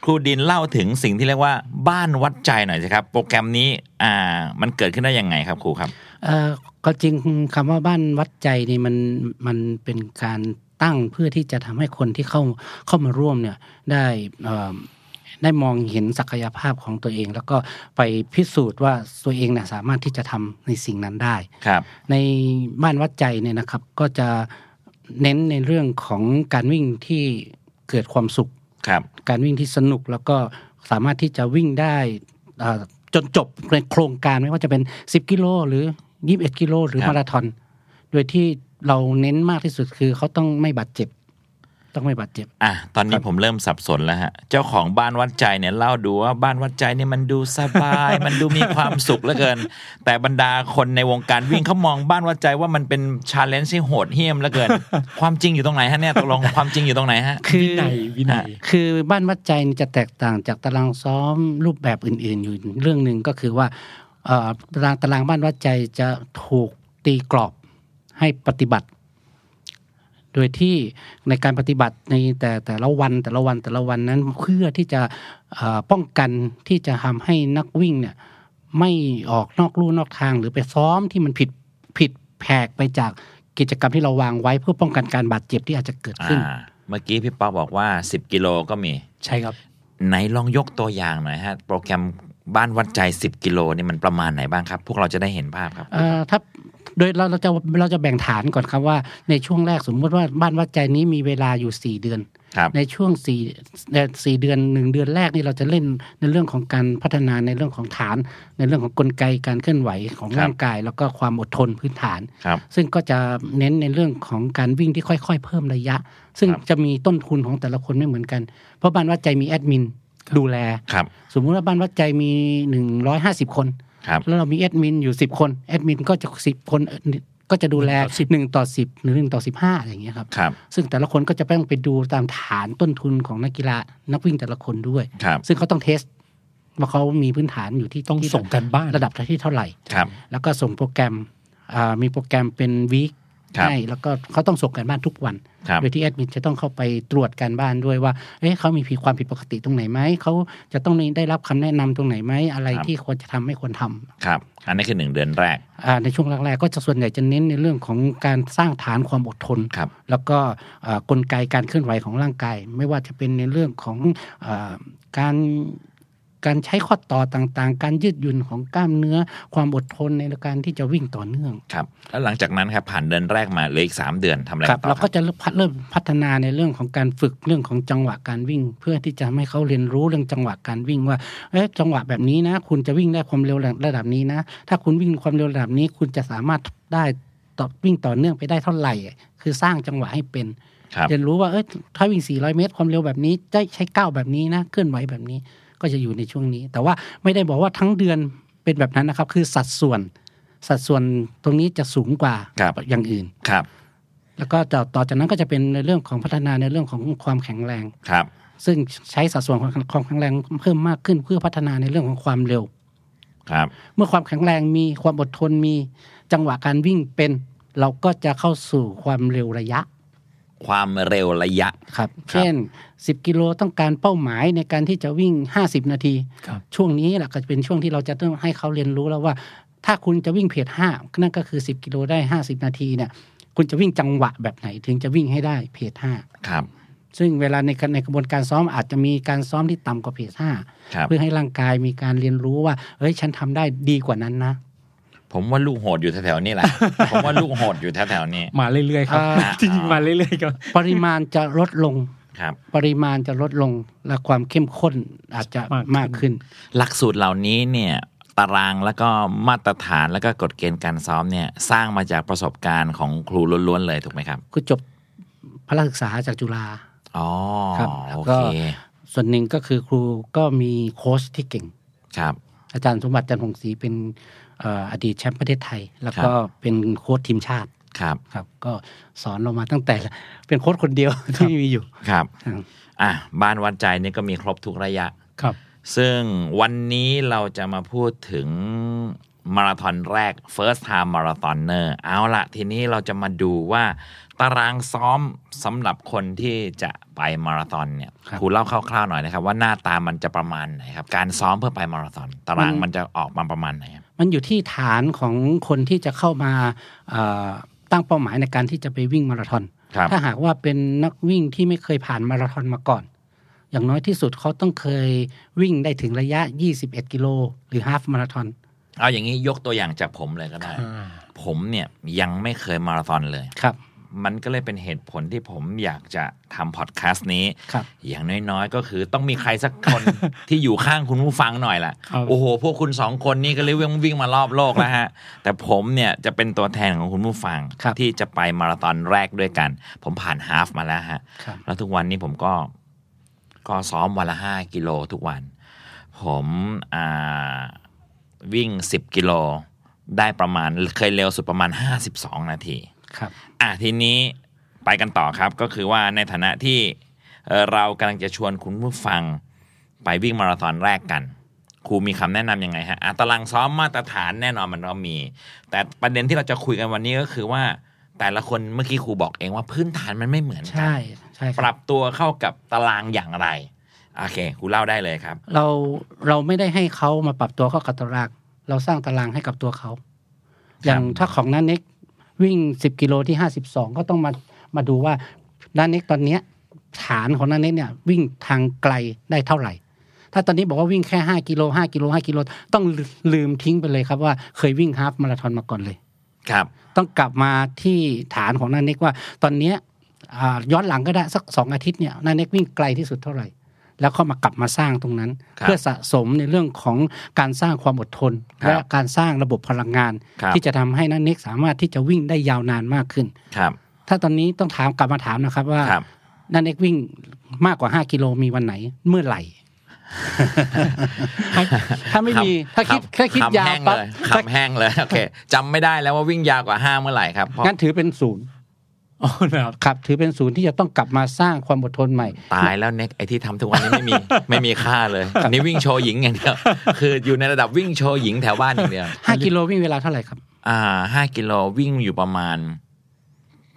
[SPEAKER 3] ครูดินเล่าถึงสิ่งที่เรียกว่าบ้านวัดใจหน่อยสิครับ โปรแกรมนี้อ่ามันเกิดขึ้นได้ยังไงครับครูครับ
[SPEAKER 5] เอ่อก็จริงคำว่าบ้านวัดใจนี่มันมันเป็นการตั้งเพื่อที่จะทำให้คนที่เข้าเข้ามาร่วมเนี่ยได้เอ่อได้มองเห็นศักยภาพของตัวเอง แล้วก็ไปพิสูจน์ว่าตัวเองเนี่ยสามารถที่จะทำในสิ่งนั้นได้
[SPEAKER 3] ครับ
[SPEAKER 5] ในบ้านวัดใจเนี่ยนะครับก็จะเน้นในเรื่องของการวิ่งที่เกิดความสุข
[SPEAKER 3] ครับ
[SPEAKER 5] การวิ่งที่สนุกแล้วก็สามารถที่จะวิ่งได้เอ่อจนจบในโครงการไม่ว่าจะเป็น 10 กิโลหรือ 21 กิโลหรือ
[SPEAKER 3] ครับ
[SPEAKER 5] มาราธอนโดยที่เราเน้นมากที่สุดคือเขาต้องไม่บาดเจ็บ ต้องไม่บาดเจ็บ
[SPEAKER 3] อ่ะตอนนี้ผมเริ่มสับสนแล้วฮะ เจ้าของบ้านวัดใจเนี่ยเล่าดูว่าบ้านวัดใจเนี่ยมันดูสบาย [laughs] มันดูมีความสุขเหลือเกิน แต่บรรดาคนในวงการวิ่งเขามองบ้านวัดใจว่ามันเป็นชาเลนจ์ที่โหดเหี้ยมเหลือเกิน ความจริงอยู่ตรงไหนฮะเนี่ยตกลงความจริงอยู่ตรงไหนฮะ
[SPEAKER 5] คือ
[SPEAKER 4] วินัยวินัย
[SPEAKER 5] คือบ้านวัดใจนี่จะแตกต่างจากตารางซ้อมรูปแบบอื่น ๆ อยู่เรื่องหนึ่งก็คือว่าเอ่อตารางตารางบ้านวัดใจจะถูกตีกรอบให้ปฏิบัติ โดยที่ในการปฏิบัติในแต่แต่ละวันแต่ละวันแต่ละวันนั้นเพื่อที่จะเอ่อป้องกันที่จะทำให้นักวิ่งเนี่ยไม่ออกนอกลู่นอกทางหรือไปซ้อมที่มันผิด แผกไปจากกิจกรรมที่เราวางไว้เพื่อป้องกันการบาดเจ็บที่อาจจะเกิดขึ้น
[SPEAKER 3] อ่าเมื่อกี้พี่ป๊อปบอกว่า 10 กิโลก็มี
[SPEAKER 4] ใช่ครับ
[SPEAKER 3] ไหนลองยกตัวอย่างหน่อยฮะ โปรแกรมบ้านวัดใจ 10 กิโลนี่มันประมาณไหนบ้างครับ พวกเราจะได้เห็นภาพครับ
[SPEAKER 5] เอ่อถ้าโดยเราเราจะเราจะแบ่งฐานก่อนครับว่าในช่วงแรกสมมุติว่าบ้านวัดใจนี้มีเวลาอยู่ 4 เดือน
[SPEAKER 3] ครับ
[SPEAKER 5] ในช่วงสี่เอ่อสี่เดือนหนึ่งเดือนแรกนี่เราจะเล่นในเรื่องของการพัฒนาในเรื่องของฐาน ในเรื่องของกลไกการเคลื่อนไหวของ
[SPEAKER 3] ครับ
[SPEAKER 5] ร่างกาย แล้วก็ความอดทนพื้นฐาน
[SPEAKER 3] ครับ
[SPEAKER 5] ซึ่งก็จะเน้นในเรื่องของการวิ่งที่ค่อยๆ เพิ่มระยะ ซึ่ง
[SPEAKER 3] ครับ
[SPEAKER 5] จะมีต้นทุนของแต่ละคนไม่เหมือนกัน เพราะบ้านวัดใจมีแอดมินดูแล
[SPEAKER 3] ครับ
[SPEAKER 5] สมมุติว่าบ้านวัดใจมี 150 คน
[SPEAKER 3] ครับ
[SPEAKER 5] แล้วเรามีแอดมินอยู่ 10 คนแอดมินก็จะ10 คนก็จะดูแล1ต่อ10 หรือ1ต่อ15อะไรอย่างเงี้ยครับ
[SPEAKER 3] ครับ
[SPEAKER 5] ซึ่งแต่ละคนก็จะต้องไปดูตามฐานต้นทุนของนักกีฬานักวิ่งแต่ละคนด้วย
[SPEAKER 3] ครับ
[SPEAKER 5] ซึ่งเขาต้องเทสว่าเขามีพื้นฐานอยู่ที่
[SPEAKER 4] ต้อง
[SPEAKER 5] ที่
[SPEAKER 4] ส่งกันบ้าน
[SPEAKER 5] ระดับที่เท่าไหร่
[SPEAKER 3] ครับ
[SPEAKER 5] แล้วก็ส่งโปรแกรมอ่ามีโปรแกรมเป็นวีค
[SPEAKER 3] ครับ
[SPEAKER 5] ให้แล้วก็เขาต้องส่งกันบ้านทุกวัน
[SPEAKER 3] ครับ
[SPEAKER 5] โดยที่แอดมินจะต้องเข้าไปตรวจการบ้านด้วยว่าเอ๊ะเขามีผิดความผิดปกติตรงไหนไหมเขาจะต้องได้รับคำแนะนำตรงไหนไหมอะไร
[SPEAKER 3] ครับ
[SPEAKER 5] ที่ควรจะทำไม่ควรทำ
[SPEAKER 3] ครับ อันนี้คือหนึ่งเดือนแรก
[SPEAKER 5] อ่าในช่วงแรกๆก็จะส่วนใหญ่จะเน้นในเรื่องของการสร้างฐานความอดทน
[SPEAKER 3] ครับ
[SPEAKER 5] แล้วก็เอ่อกลไกการเคลื่อนไหวของร่างกาย ไม่ว่าจะเป็นในเรื่องของเออการการใช้ข้อต่อต่างๆ การยืดหยุ่นของกล้ามเนื้อ ความอดทนในการที่จะวิ่งต่อเนื่อง
[SPEAKER 3] ครับ แล้วหลังจากนั้นครับผ่านเดือนแรกมาเหลืออีก 3 เดือนทำอะไร
[SPEAKER 5] ครับ
[SPEAKER 3] ต่อ
[SPEAKER 5] เรา
[SPEAKER 3] ค
[SPEAKER 5] ก็
[SPEAKER 3] รับ
[SPEAKER 5] จะเริ่มพัฒเริ่มพัฒนาในเรื่องของการฝึกเรื่องของจังหวะการวิ่ง เพื่อที่จะให้เขาเรียนรู้เรื่องจังหวะการวิ่งว่าเอ๊ะจังหวะแบบนี้นะ คุณจะวิ่งได้ความเร็วระดับนี้นะ ถ้าคุณวิ่งความเร็วระดับนี้ คุณจะสามารถได้ต่อวิ่งต่อเนื่องไปได้เท่าไหร่ คือสร้างจังหวะให้เป็น
[SPEAKER 3] ครับ
[SPEAKER 5] เรียนรู้ว่าเอ้ยถ้าวิ่ง 400 เมตร ความเร็วแบบนี้ได้ใช้ก้าวแบบนี้นะ เคลื่อนไหวแบบนี้ ก็จะอยู่ในช่วงนี้ แต่ว่าไม่ได้บอกว่าทั้งเดือนเป็นแบบนั้นนะครับ คือสัดส่วน สัดส่วนตรงนี้จะสูงกว่า
[SPEAKER 3] ครับ
[SPEAKER 5] อย่างอื่น
[SPEAKER 3] ครับ
[SPEAKER 5] แล้วก็ต่อต่อจากนั้นก็จะเป็นในเรื่องของพัฒนาในเรื่องของความแข็งแรง
[SPEAKER 3] ครับ
[SPEAKER 5] ซึ่งใช้สัดส่วนของความแข็งแรงเพิ่มมากขึ้นเพื่อพัฒนาในเรื่องของความเร็ว
[SPEAKER 3] ครับ
[SPEAKER 5] เมื่อความแข็งแรงมีความอดทนมีจังหวะการวิ่งเป็น เราก็จะเข้าสู่ความเร็วระยะ
[SPEAKER 3] ความเร็วระยะ
[SPEAKER 5] ครับเช่น 10 กิโลต้องการเป้าหมายในการที่จะวิ่ง 50 นาที
[SPEAKER 4] ครับ
[SPEAKER 5] ช่วงนี้แหละก็จะเป็นช่วงที่เราจะต้องให้เขาเรียนรู้แล้วว่า ถ้าคุณจะวิ่งเพจ5นั่นก็คือ 10 กิโลได้ 50 นาทีเนี่ยคุณจะวิ่งจังหวะแบบไหนถึงจะวิ่งให้ได้เพจ
[SPEAKER 3] ครับ
[SPEAKER 5] 5ซึ่งเวลาในในกระบวนการซ้อมอาจจะมีการซ้อมที่ต่ำกว่าเพจ
[SPEAKER 3] ครั
[SPEAKER 5] 5
[SPEAKER 3] บ
[SPEAKER 5] เพื่อให้ร่างกายมีการเรียนรู้ว่าเฮ้ยฉันทำได้ดีกว่านั้นนะ
[SPEAKER 3] ผมว่าลูกโหดอยู่แถวๆนี้แหละ ผมว่าลูกโหดอยู่แถวๆนี้
[SPEAKER 4] มาเรื่อยๆครับ
[SPEAKER 5] อ่า
[SPEAKER 3] อ่า
[SPEAKER 4] [laughs] จริงๆมาเรื่อยๆครับ
[SPEAKER 5] ปริมาณจะลดลง
[SPEAKER 3] ครับ
[SPEAKER 5] ปริมาณจะลดลงและความเข้มข้นอาจจะ
[SPEAKER 4] มากขึ้น
[SPEAKER 5] มากขึ้น
[SPEAKER 3] หลักสูตรเหล่านี้เนี่ยตารางแล้วก็มาตรฐานแล้วก็กฎเกณฑ์การซ้อมเนี่ยสร้างมาจากประสบการณ์ของครูล้วนๆเลยถูกไหมครับ
[SPEAKER 5] คือจบพละศึกษาจากจุฬา
[SPEAKER 3] อ๋อ
[SPEAKER 5] ครับ
[SPEAKER 3] โอเค
[SPEAKER 5] ส่วนหนึ่งก็คือครูก็มีโค้ชที่เก่ง
[SPEAKER 3] ครับ
[SPEAKER 5] อาจารย์สมบัติจันทร์หงศรีเป็นเอ่ออดีตแชมป์ประเทศไทย แล้วก็เป็นโค้ชทีมชาติ
[SPEAKER 3] ครับ
[SPEAKER 5] ครับ ก็สอนเรามาตั้งแต่เป็นโค้ชคนเดียว ที่มีอยู่
[SPEAKER 3] ครับ
[SPEAKER 5] ครับ
[SPEAKER 3] อ่ะบ้านวัดใจนี่ก็มีครบทุกระยะ
[SPEAKER 4] ครับ
[SPEAKER 3] ซึ่งวันนี้เราจะมาพูดถึงมาราธอนแรก First Time Marathoner เอาละทีนี้เราจะมาดูว่า ตารางซ้อมสำหรับคนที่จะไปมาราธอนเนี่ย
[SPEAKER 5] ครับ
[SPEAKER 3] ครูเล่าคร่าวๆหน่อยนะครับ ว่าหน้าตามันจะประมาณไหนครับ การซ้อมเพื่อไปมาราธอนตารางมันจะออกมาประมาณไหนครับ
[SPEAKER 5] มันอยู่ที่ฐานของคนที่จะเข้ามาเอ่อตั้งเป้าหมายในการที่จะไปวิ่งมาราธอน
[SPEAKER 3] ครับ
[SPEAKER 5] ถ้าหากว่าเป็นนักวิ่งที่ไม่เคยผ่านมาราธอนมาก่อน อย่างน้อยที่สุดเขาต้องเคยวิ่งได้ถึงระยะ 21 กิโลหรือฮาฟมาราธอน
[SPEAKER 3] เอาอย่างนี้ยกตัวอย่างจากผมเลยก็ได้ ผมเนี่ยยังไม่เคยมาราธอนเลย
[SPEAKER 5] ครับ
[SPEAKER 3] มันก็เลยเป็นเหตุผลที่ผมอยากจะทำพอดแคสต์นี้
[SPEAKER 5] ครับ
[SPEAKER 3] อย่างน้อยๆ ก็คือต้องมีใครสักคน
[SPEAKER 5] [laughs]
[SPEAKER 3] ที่อยู่ข้างคุณผู้ฟังหน่อยล่ะ
[SPEAKER 4] ครับ
[SPEAKER 3] โอ้โห พวกคุณสองคนนี่ก็เลยวิ่งวิ่งมารอบโลกแล้วฮะ แต่ผมเนี่ยจะเป็นตัวแทนของคุณผู้ฟัง
[SPEAKER 5] ครับ
[SPEAKER 3] ที่จะไปมาราธอนแรกด้วยกัน ผมผ่านฮาฟมาแล้วฮะ
[SPEAKER 5] ครับ
[SPEAKER 3] แล้วทุกวันนี้ผมก็ก็ซ้อมวันละห้ากิโลทุกวัน ผมอ่าวิ่งสิบกิโลได้ประมาณเคยเร็วสุดประมาณห้าสิบสองนาที
[SPEAKER 5] ครับ
[SPEAKER 3] อ่ะทีนี้ไปกันต่อครับก็คือว่าในฐานะที่เอ่อเรากำลังจะชวนคุณผู้ฟังไปวิ่งมาราธอนแรกกันครูมีคำแนะนำยังไงฮะอ่ะตารางซ้อมมาตรฐานแน่นอนมันก็มี แต่ประเด็นที่เราจะคุยกันวันนี้ก็คือว่า แต่ละคนเมื่อกี้ครูบอกเองว่าพื้นฐานมันไม่เหมือนกั
[SPEAKER 5] ใช่ใช่ค
[SPEAKER 3] ป
[SPEAKER 5] รั
[SPEAKER 3] รับ บตัวเข้ากับตารางอย่างไรโอเคครูเล่าได้เลยครับ
[SPEAKER 5] เราเราไม่ได้ให้เขามาปรับตัวเข้ากับตารางเราสร้างตารางให้กับตัวเขา อย่างถ้าของนันเน็ก วิ่ง 10 กิโลที่ 52 ก็ต้องมามาดูว่าด้านเน็กตอนเนี้ยฐานของด้านเน็กเนี่ยวิ่งทางไกลได้เท่าไหร่ ถ้าตอนนี้บอกว่าวิ่งแค่ 5 กิโล 5 กิโล 5 กิโล ต้องลืมทิ้งไปเลยครับว่าเคยวิ่งฮาล์ฟมาราธอนมาก่อนเลย
[SPEAKER 3] ครับ
[SPEAKER 5] ต้องกลับมาที่ฐานของนาเน็กว่า ตอนเนี้ยอ่าย้อนหลังก็ได้สักสองอาทิตย์เนี่ยนาเน็กวิ่งไกลที่สุดเท่าไหร่ แล้วก็มากลับมาสร้างตรงนั้น
[SPEAKER 3] ครับ
[SPEAKER 5] เพื่อสะสมในเรื่องของการสร้างความอดทน
[SPEAKER 3] ครับ
[SPEAKER 5] และการสร้างระบบพลังงาน
[SPEAKER 3] ครับ
[SPEAKER 5] ที่จะทำให้นาเน็กสามารถที่จะวิ่งได้ยาวนานมากขึ้น
[SPEAKER 3] ครับ
[SPEAKER 5] ถ้าตอนนี้ต้องถามกลับมาถามนะครับว่า
[SPEAKER 3] ครับ
[SPEAKER 5] นาเน็กวิ่งมากกว่า 5 กิโลมีวันไหนเมื่อไหร่
[SPEAKER 3] [laughs]
[SPEAKER 5] ถ้าไม่มีถ้าคิด
[SPEAKER 3] รับ
[SPEAKER 5] ถ้าคิด
[SPEAKER 3] ำ
[SPEAKER 5] ยาว
[SPEAKER 3] แห้ง
[SPEAKER 5] ปั๊บ
[SPEAKER 3] เลยคำแห้งเลยโอเคจำไม่ได้แล้วว่าวิ่งยาวกว่าห้าเมื่อไหร่ครับเพราะ
[SPEAKER 5] งั้นถือเป็นศูนย์
[SPEAKER 4] อ๋อนะครับ
[SPEAKER 5] ครับถือเป็นศูนย์ที่จะต้องกลับมาสร้างความอดทนใหม่
[SPEAKER 3] ตายแล้วเน็กไอที่ทำทุกวันนี้ไม่มี [laughs] ไม่มีค่าเลยอันนี้วิ่งโชว์หญิงอย่างเดียว [laughs] คืออยู่ในระดับวิ่งโชว์หญิงแถวบ้านอย่างเดียว
[SPEAKER 5] 5 กิโลวิ่งเวลาเท่าไหร่ครับ
[SPEAKER 3] อ่าห้ากิโลวิ่งอยู่ประมาณ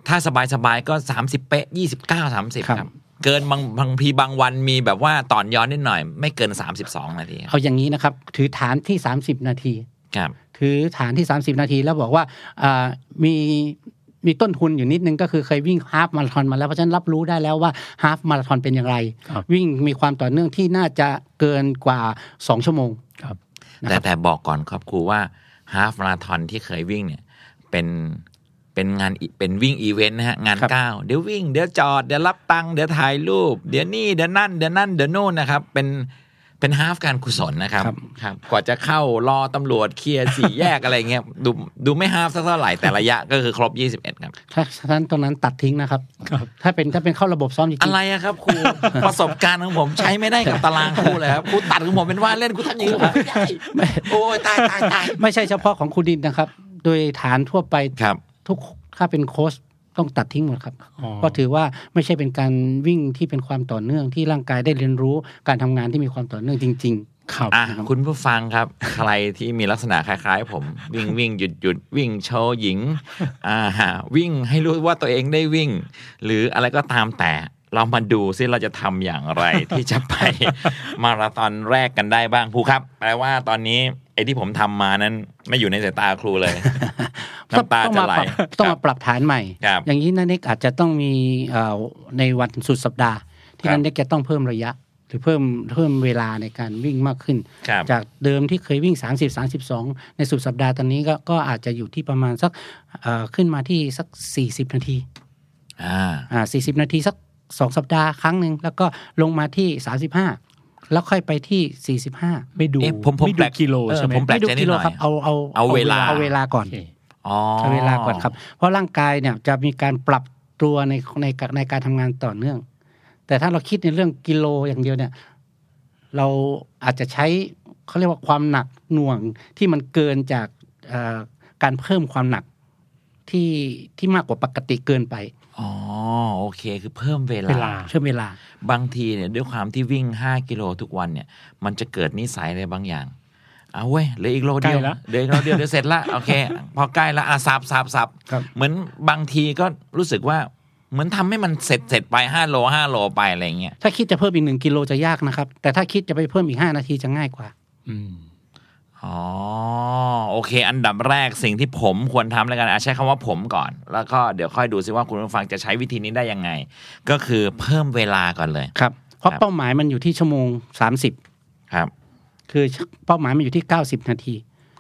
[SPEAKER 3] ถ้าสบายสบายๆก็สามสิบเป๊ะยี่สิบเก้าสามสิบ
[SPEAKER 5] ครับ
[SPEAKER 3] ครับ เกินบางบางทีบางวันมีแบบว่าตอนย้อนนิดหน่อย ไม่เกินสามสิบสองนาทีครับ
[SPEAKER 5] เอาอย่างนี้นะครับ ถือฐานที่ 30 นาที
[SPEAKER 3] ครับ
[SPEAKER 5] ถือฐานที่ 30 นาทีแล้วบอกว่าอ่ามีมีต้นทุนอยู่นิดนึงก็คือเคยวิ่งฮาล์ฟมาราธอนมาแล้วเพราะฉะนั้นรับรู้ได้แล้วว่าฮาล์ฟมาราธอนเป็นอย่างไร
[SPEAKER 4] ครับ
[SPEAKER 5] วิ่งมีความต่อเนื่องที่น่าจะเกินกว่า 2 ชั่วโมง
[SPEAKER 4] ครับ
[SPEAKER 3] แต่แต่บอกก่อนครับครูว่าฮาฟมาราทอนที่เคยวิ่งเนี่ยเป็นเป็นงานอีเป็นวิ่งอีเวนต์นะฮะ งาน
[SPEAKER 5] ครับ
[SPEAKER 3] ก้าวเดี๋ยววิ่ง เดี๋ยวจอด เดี๋ยวรับตังค์เดี๋ยวถ่ายรูป เดี๋ยวนี่เดี๋ยวนั่นเดี๋ยวนั่นเดี๋ยวนู่นนะครับ เป็นเป็นฮาฟการกุศลนะครับครับกว่าจะเข้ารอตำรวจเคลียร์สี่แยกอะไรเงี้ยดูดูไม่ฮาฟสักเท่าไหร่แต่ระยะก็คือครบ 21 ครับ
[SPEAKER 5] ถ้าฉะนั้นตรงนั้นตัดทิ้งนะครับ
[SPEAKER 4] ครับ
[SPEAKER 5] ถ้าเป็นถ้าเป็นเข้าระบบซ้อมจริงๆ
[SPEAKER 3] อะไรอะครับครู ประสบการณ์ของผมใช้ไม่ได้กับตารางครูเลยครับครูตัดของผมเป็นว่าเล่นครูทำอย่างนี้ผมไม่ได้โอ้ยตายตายตาย
[SPEAKER 5] ไม่ใช่เฉพาะของคุณดินนะครับ โดยฐานทั่วไป
[SPEAKER 3] ครับ
[SPEAKER 5] ทุกถ้าเป็นโค้ชต้องตัดทิ้งหมดครับ
[SPEAKER 4] อ๋อ
[SPEAKER 5] ก็ถือว่าไม่ใช่เป็นการวิ่งที่เป็นความต่อเนื่องที่ร่างกายได้เรียนรู้การทำงานที่มีความต่อเนื่องจริง
[SPEAKER 4] ครับ
[SPEAKER 3] อ่ะคุณผู้ฟังครับ ใครที่มีลักษณะคล้ายๆ ผมวิ่งวิ่งหยุดหยุดวิ่งโชว์หญิงอ่าวิ่งให้รู้ว่าตัวเองได้วิ่ง หรืออะไรก็ตามแต่เรามาดูซิเราจะทำอย่างไร ที่จะไปมาราธอนแรกกันได้บ้างครูครับ [laughs] แปลว่าตอนนี้ไอ้ที่ผมทำมานั้นไม่อยู่ในสายตาครูเลย
[SPEAKER 5] ๆ
[SPEAKER 3] น้ำตา
[SPEAKER 5] ต้อง
[SPEAKER 3] จะ
[SPEAKER 5] มา
[SPEAKER 3] ไหล
[SPEAKER 5] ปรับต้อ
[SPEAKER 3] ค
[SPEAKER 5] ง
[SPEAKER 3] รับ
[SPEAKER 5] มาปรับฐานใหม่
[SPEAKER 3] ครับ
[SPEAKER 5] อย่างนี้นันเน็กอาจจะต้องมีเอ่อในวันสุดสัปดาห์ ที่
[SPEAKER 3] ครับ
[SPEAKER 5] นันเน็กจะต้องเพิ่มระยะ หรือเพิ่มเพิ่มเวลาในการวิ่งมากขึ้น
[SPEAKER 3] ครับ
[SPEAKER 5] จากเดิมที่เคยวิ่ง 30 32 ในสุดสัปดาห์ตอนนี้ก็ก็อาจจะอยู่ที่ประมาณสักเอ่อขึ้นมาที่สัก 40 นาที
[SPEAKER 3] อ่า
[SPEAKER 5] อ่าสี่สิบนาที สักสองสัปดาห์ครั้งหนึ่ง แล้วก็ลงมาที่สามสิบห้าแล้วค่อยไปที่สี่สิบห้า
[SPEAKER 4] ไม่ดู
[SPEAKER 3] เอ๊ะผมผม
[SPEAKER 4] ไม่
[SPEAKER 3] แป
[SPEAKER 4] ดู
[SPEAKER 3] ลก
[SPEAKER 4] กิโล
[SPEAKER 3] เออ
[SPEAKER 4] ใช่ไหม
[SPEAKER 3] ผมแปลก
[SPEAKER 5] ไม่ดู
[SPEAKER 3] ใจนิด
[SPEAKER 5] กิโล
[SPEAKER 3] หน่อย
[SPEAKER 5] ครับเอาเอา
[SPEAKER 3] เอาเวลา
[SPEAKER 5] เอาเวลาก่อน
[SPEAKER 4] โอเค
[SPEAKER 3] อ๋อ
[SPEAKER 5] เอาเวลาก่อนครับ เพราะร่างกายเนี่ยจะมีการปรับตัวในในในการทำงานต่อเนื่อง แต่ถ้าเราคิดในเรื่องกิโลอย่างเดียวเนี่ย เราอาจจะใช้เขาเรียกว่าความหนักหน่วงที่มันเกินจากเอ่อการเพิ่มความหนักที่ที่มากกว่าปกติเกินไป
[SPEAKER 3] อ๋อโอเคคือเพิ่มเว
[SPEAKER 4] เวลา
[SPEAKER 3] ลา
[SPEAKER 5] เชื่อเวลา
[SPEAKER 3] บางทีเนี่ยด้วยความที่วิ่ง 5 กิโลทุกวันเนี่ย มันจะเกิดนิสัยอะไรบางอย่าง เอาเว้ยเหลืออีกโลเดียว
[SPEAKER 4] ใกล้ละ
[SPEAKER 3] เหลืออีกโลเดียวเดี๋ยวเสร็จละโอเค พอใกล้ละอ่ะสับสับสับ
[SPEAKER 5] ครับ
[SPEAKER 3] เหมือนบางทีก็รู้สึกว่าเหมือนทำให้มันเสร็จเสร็จไป 5 โล 5 โลไปอะไรอย่างเงี้ย
[SPEAKER 5] ถ้าคิดจะเพิ่มอีกหนึ่งกิโลจะยากนะครับ แต่ถ้าคิดจะไปเพิ่มอีกห้านาทีจะง่ายกว่า
[SPEAKER 4] อืม
[SPEAKER 3] อ๋อโอเค อันดับแรกสิ่งที่ผมควรทำแล้วกันอ่ะใช้คำว่าผมก่อน แล้วก็เดี๋ยวค่อยดูซิว่าคุณผู้ฟังจะใช้วิธีนี้ได้ยังไง ก็คือเพิ่มเวลาก่อนเลย
[SPEAKER 5] ครับ เพราะ
[SPEAKER 3] ครับ
[SPEAKER 5] เป้าหมายมันอยู่ที่ชั่วโมง 30
[SPEAKER 3] ครับ
[SPEAKER 5] คือเป้าหมายมันอยู่ที่ 90 นาที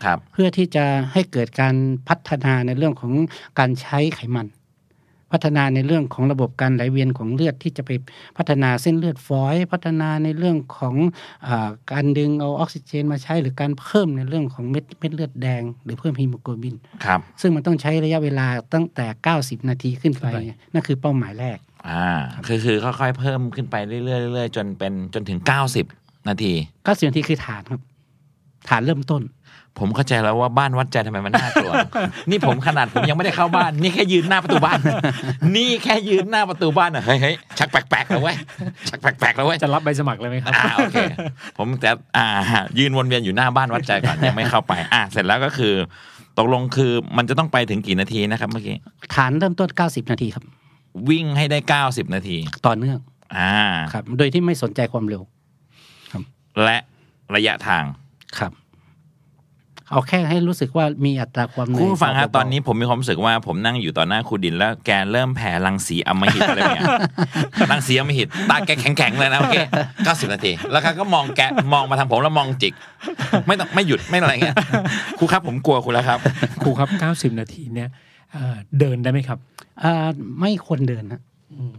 [SPEAKER 3] ครับ
[SPEAKER 5] เพื่อที่จะให้เกิดการพัฒนาในเรื่องของการใช้ไขมัน พัฒนาในเรื่องของระบบการไหลเวียนของเลือดที่จะไปพัฒนาเส้นเลือดฝอย พัฒนาในเรื่องของอาการดึงเอาออกซิเจนมาใช้หรือการเพิ่มในเรื่องของเม็ดเม็ดเลือดแดง หรือเพิ่มฮีโมโกลบิน
[SPEAKER 3] ครับ
[SPEAKER 5] ซึ่งมันต้องใช้ระยะเวลาตั้งแต่ 90 นาทีขึ้นไป
[SPEAKER 4] ขึ้นไป
[SPEAKER 5] เนี่ยนั่นคือเป้าหมายแรก
[SPEAKER 3] อ่าคือคือค่อยๆเพิ่มขึ้นไปเรื่อยๆเรื่อยๆจนเป็นจนถึง 90 นาที
[SPEAKER 5] ก้าสิบนาทีคือฐานครับ ฐานเริ่มต้น
[SPEAKER 3] ผมเข้าใจแล้วว่าบ้านวัดใจทำไมมันน่ากลัว [laughs] นี่ผมขนาดผมยังไม่ได้เข้าบ้าน นี่แค่ยืนหน้าประตูบ้าน [laughs] นี่แค่ยืนหน้าประตูบ้านอ่ะเฮ้ยเฮ้ยชักแปลกๆแล้วเว้ยชักแปลกๆแล้วเว้ย
[SPEAKER 4] จะรับใบสมัครเลยไหมครับ
[SPEAKER 3] อ่าโอเค ผมแต่อ่า ยืนวนเวียนอยู่หน้าบ้านวัดใจก่อน [laughs] ยังไม่เข้าไป อ่าเสร็จแล้วก็คือ ตกลงคือมันจะต้องไปถึงกี่นาทีนะครับเมื่อกี้
[SPEAKER 5] ฐานเริ่มต้น 90 นาทีครับ
[SPEAKER 3] วิ่งให้ได้ 90 นาที
[SPEAKER 5] ต่อเนื่อง
[SPEAKER 3] อ่า
[SPEAKER 5] ครับ โดยที่ไม่สนใจความเร็ว
[SPEAKER 3] และระยะทาง
[SPEAKER 5] ครับ เอาแค่ให้รู้สึกว่ามีอัตราความเหนื่อย
[SPEAKER 3] คุณผู้ฟังครับ
[SPEAKER 5] เบาๆ
[SPEAKER 3] ตอนนี้ผมมีความรู้สึกว่าผมนั่งอยู่ต่อหน้าครูดินแล้วแกเริ่มแผ่รังสีอำมหิตอะไรบาง
[SPEAKER 5] [laughs]
[SPEAKER 3] อย่าง รังสีอำมหิตตาแกแข็งๆเลยนะโอเค90 นาที แล้วแกก็มองแกมองมาทางผมแล้วมองจิก ไม่ต้องไม่หยุดไม่อะไร
[SPEAKER 5] [laughs]
[SPEAKER 3] เงี้ยครูครับผมกลัวคุณแล้วครับ
[SPEAKER 4] ครูครับ 90 นาทีเนี่ยเอ่อเดินได้ไหมครับ
[SPEAKER 5] อ่าไม่ควรเดินนะ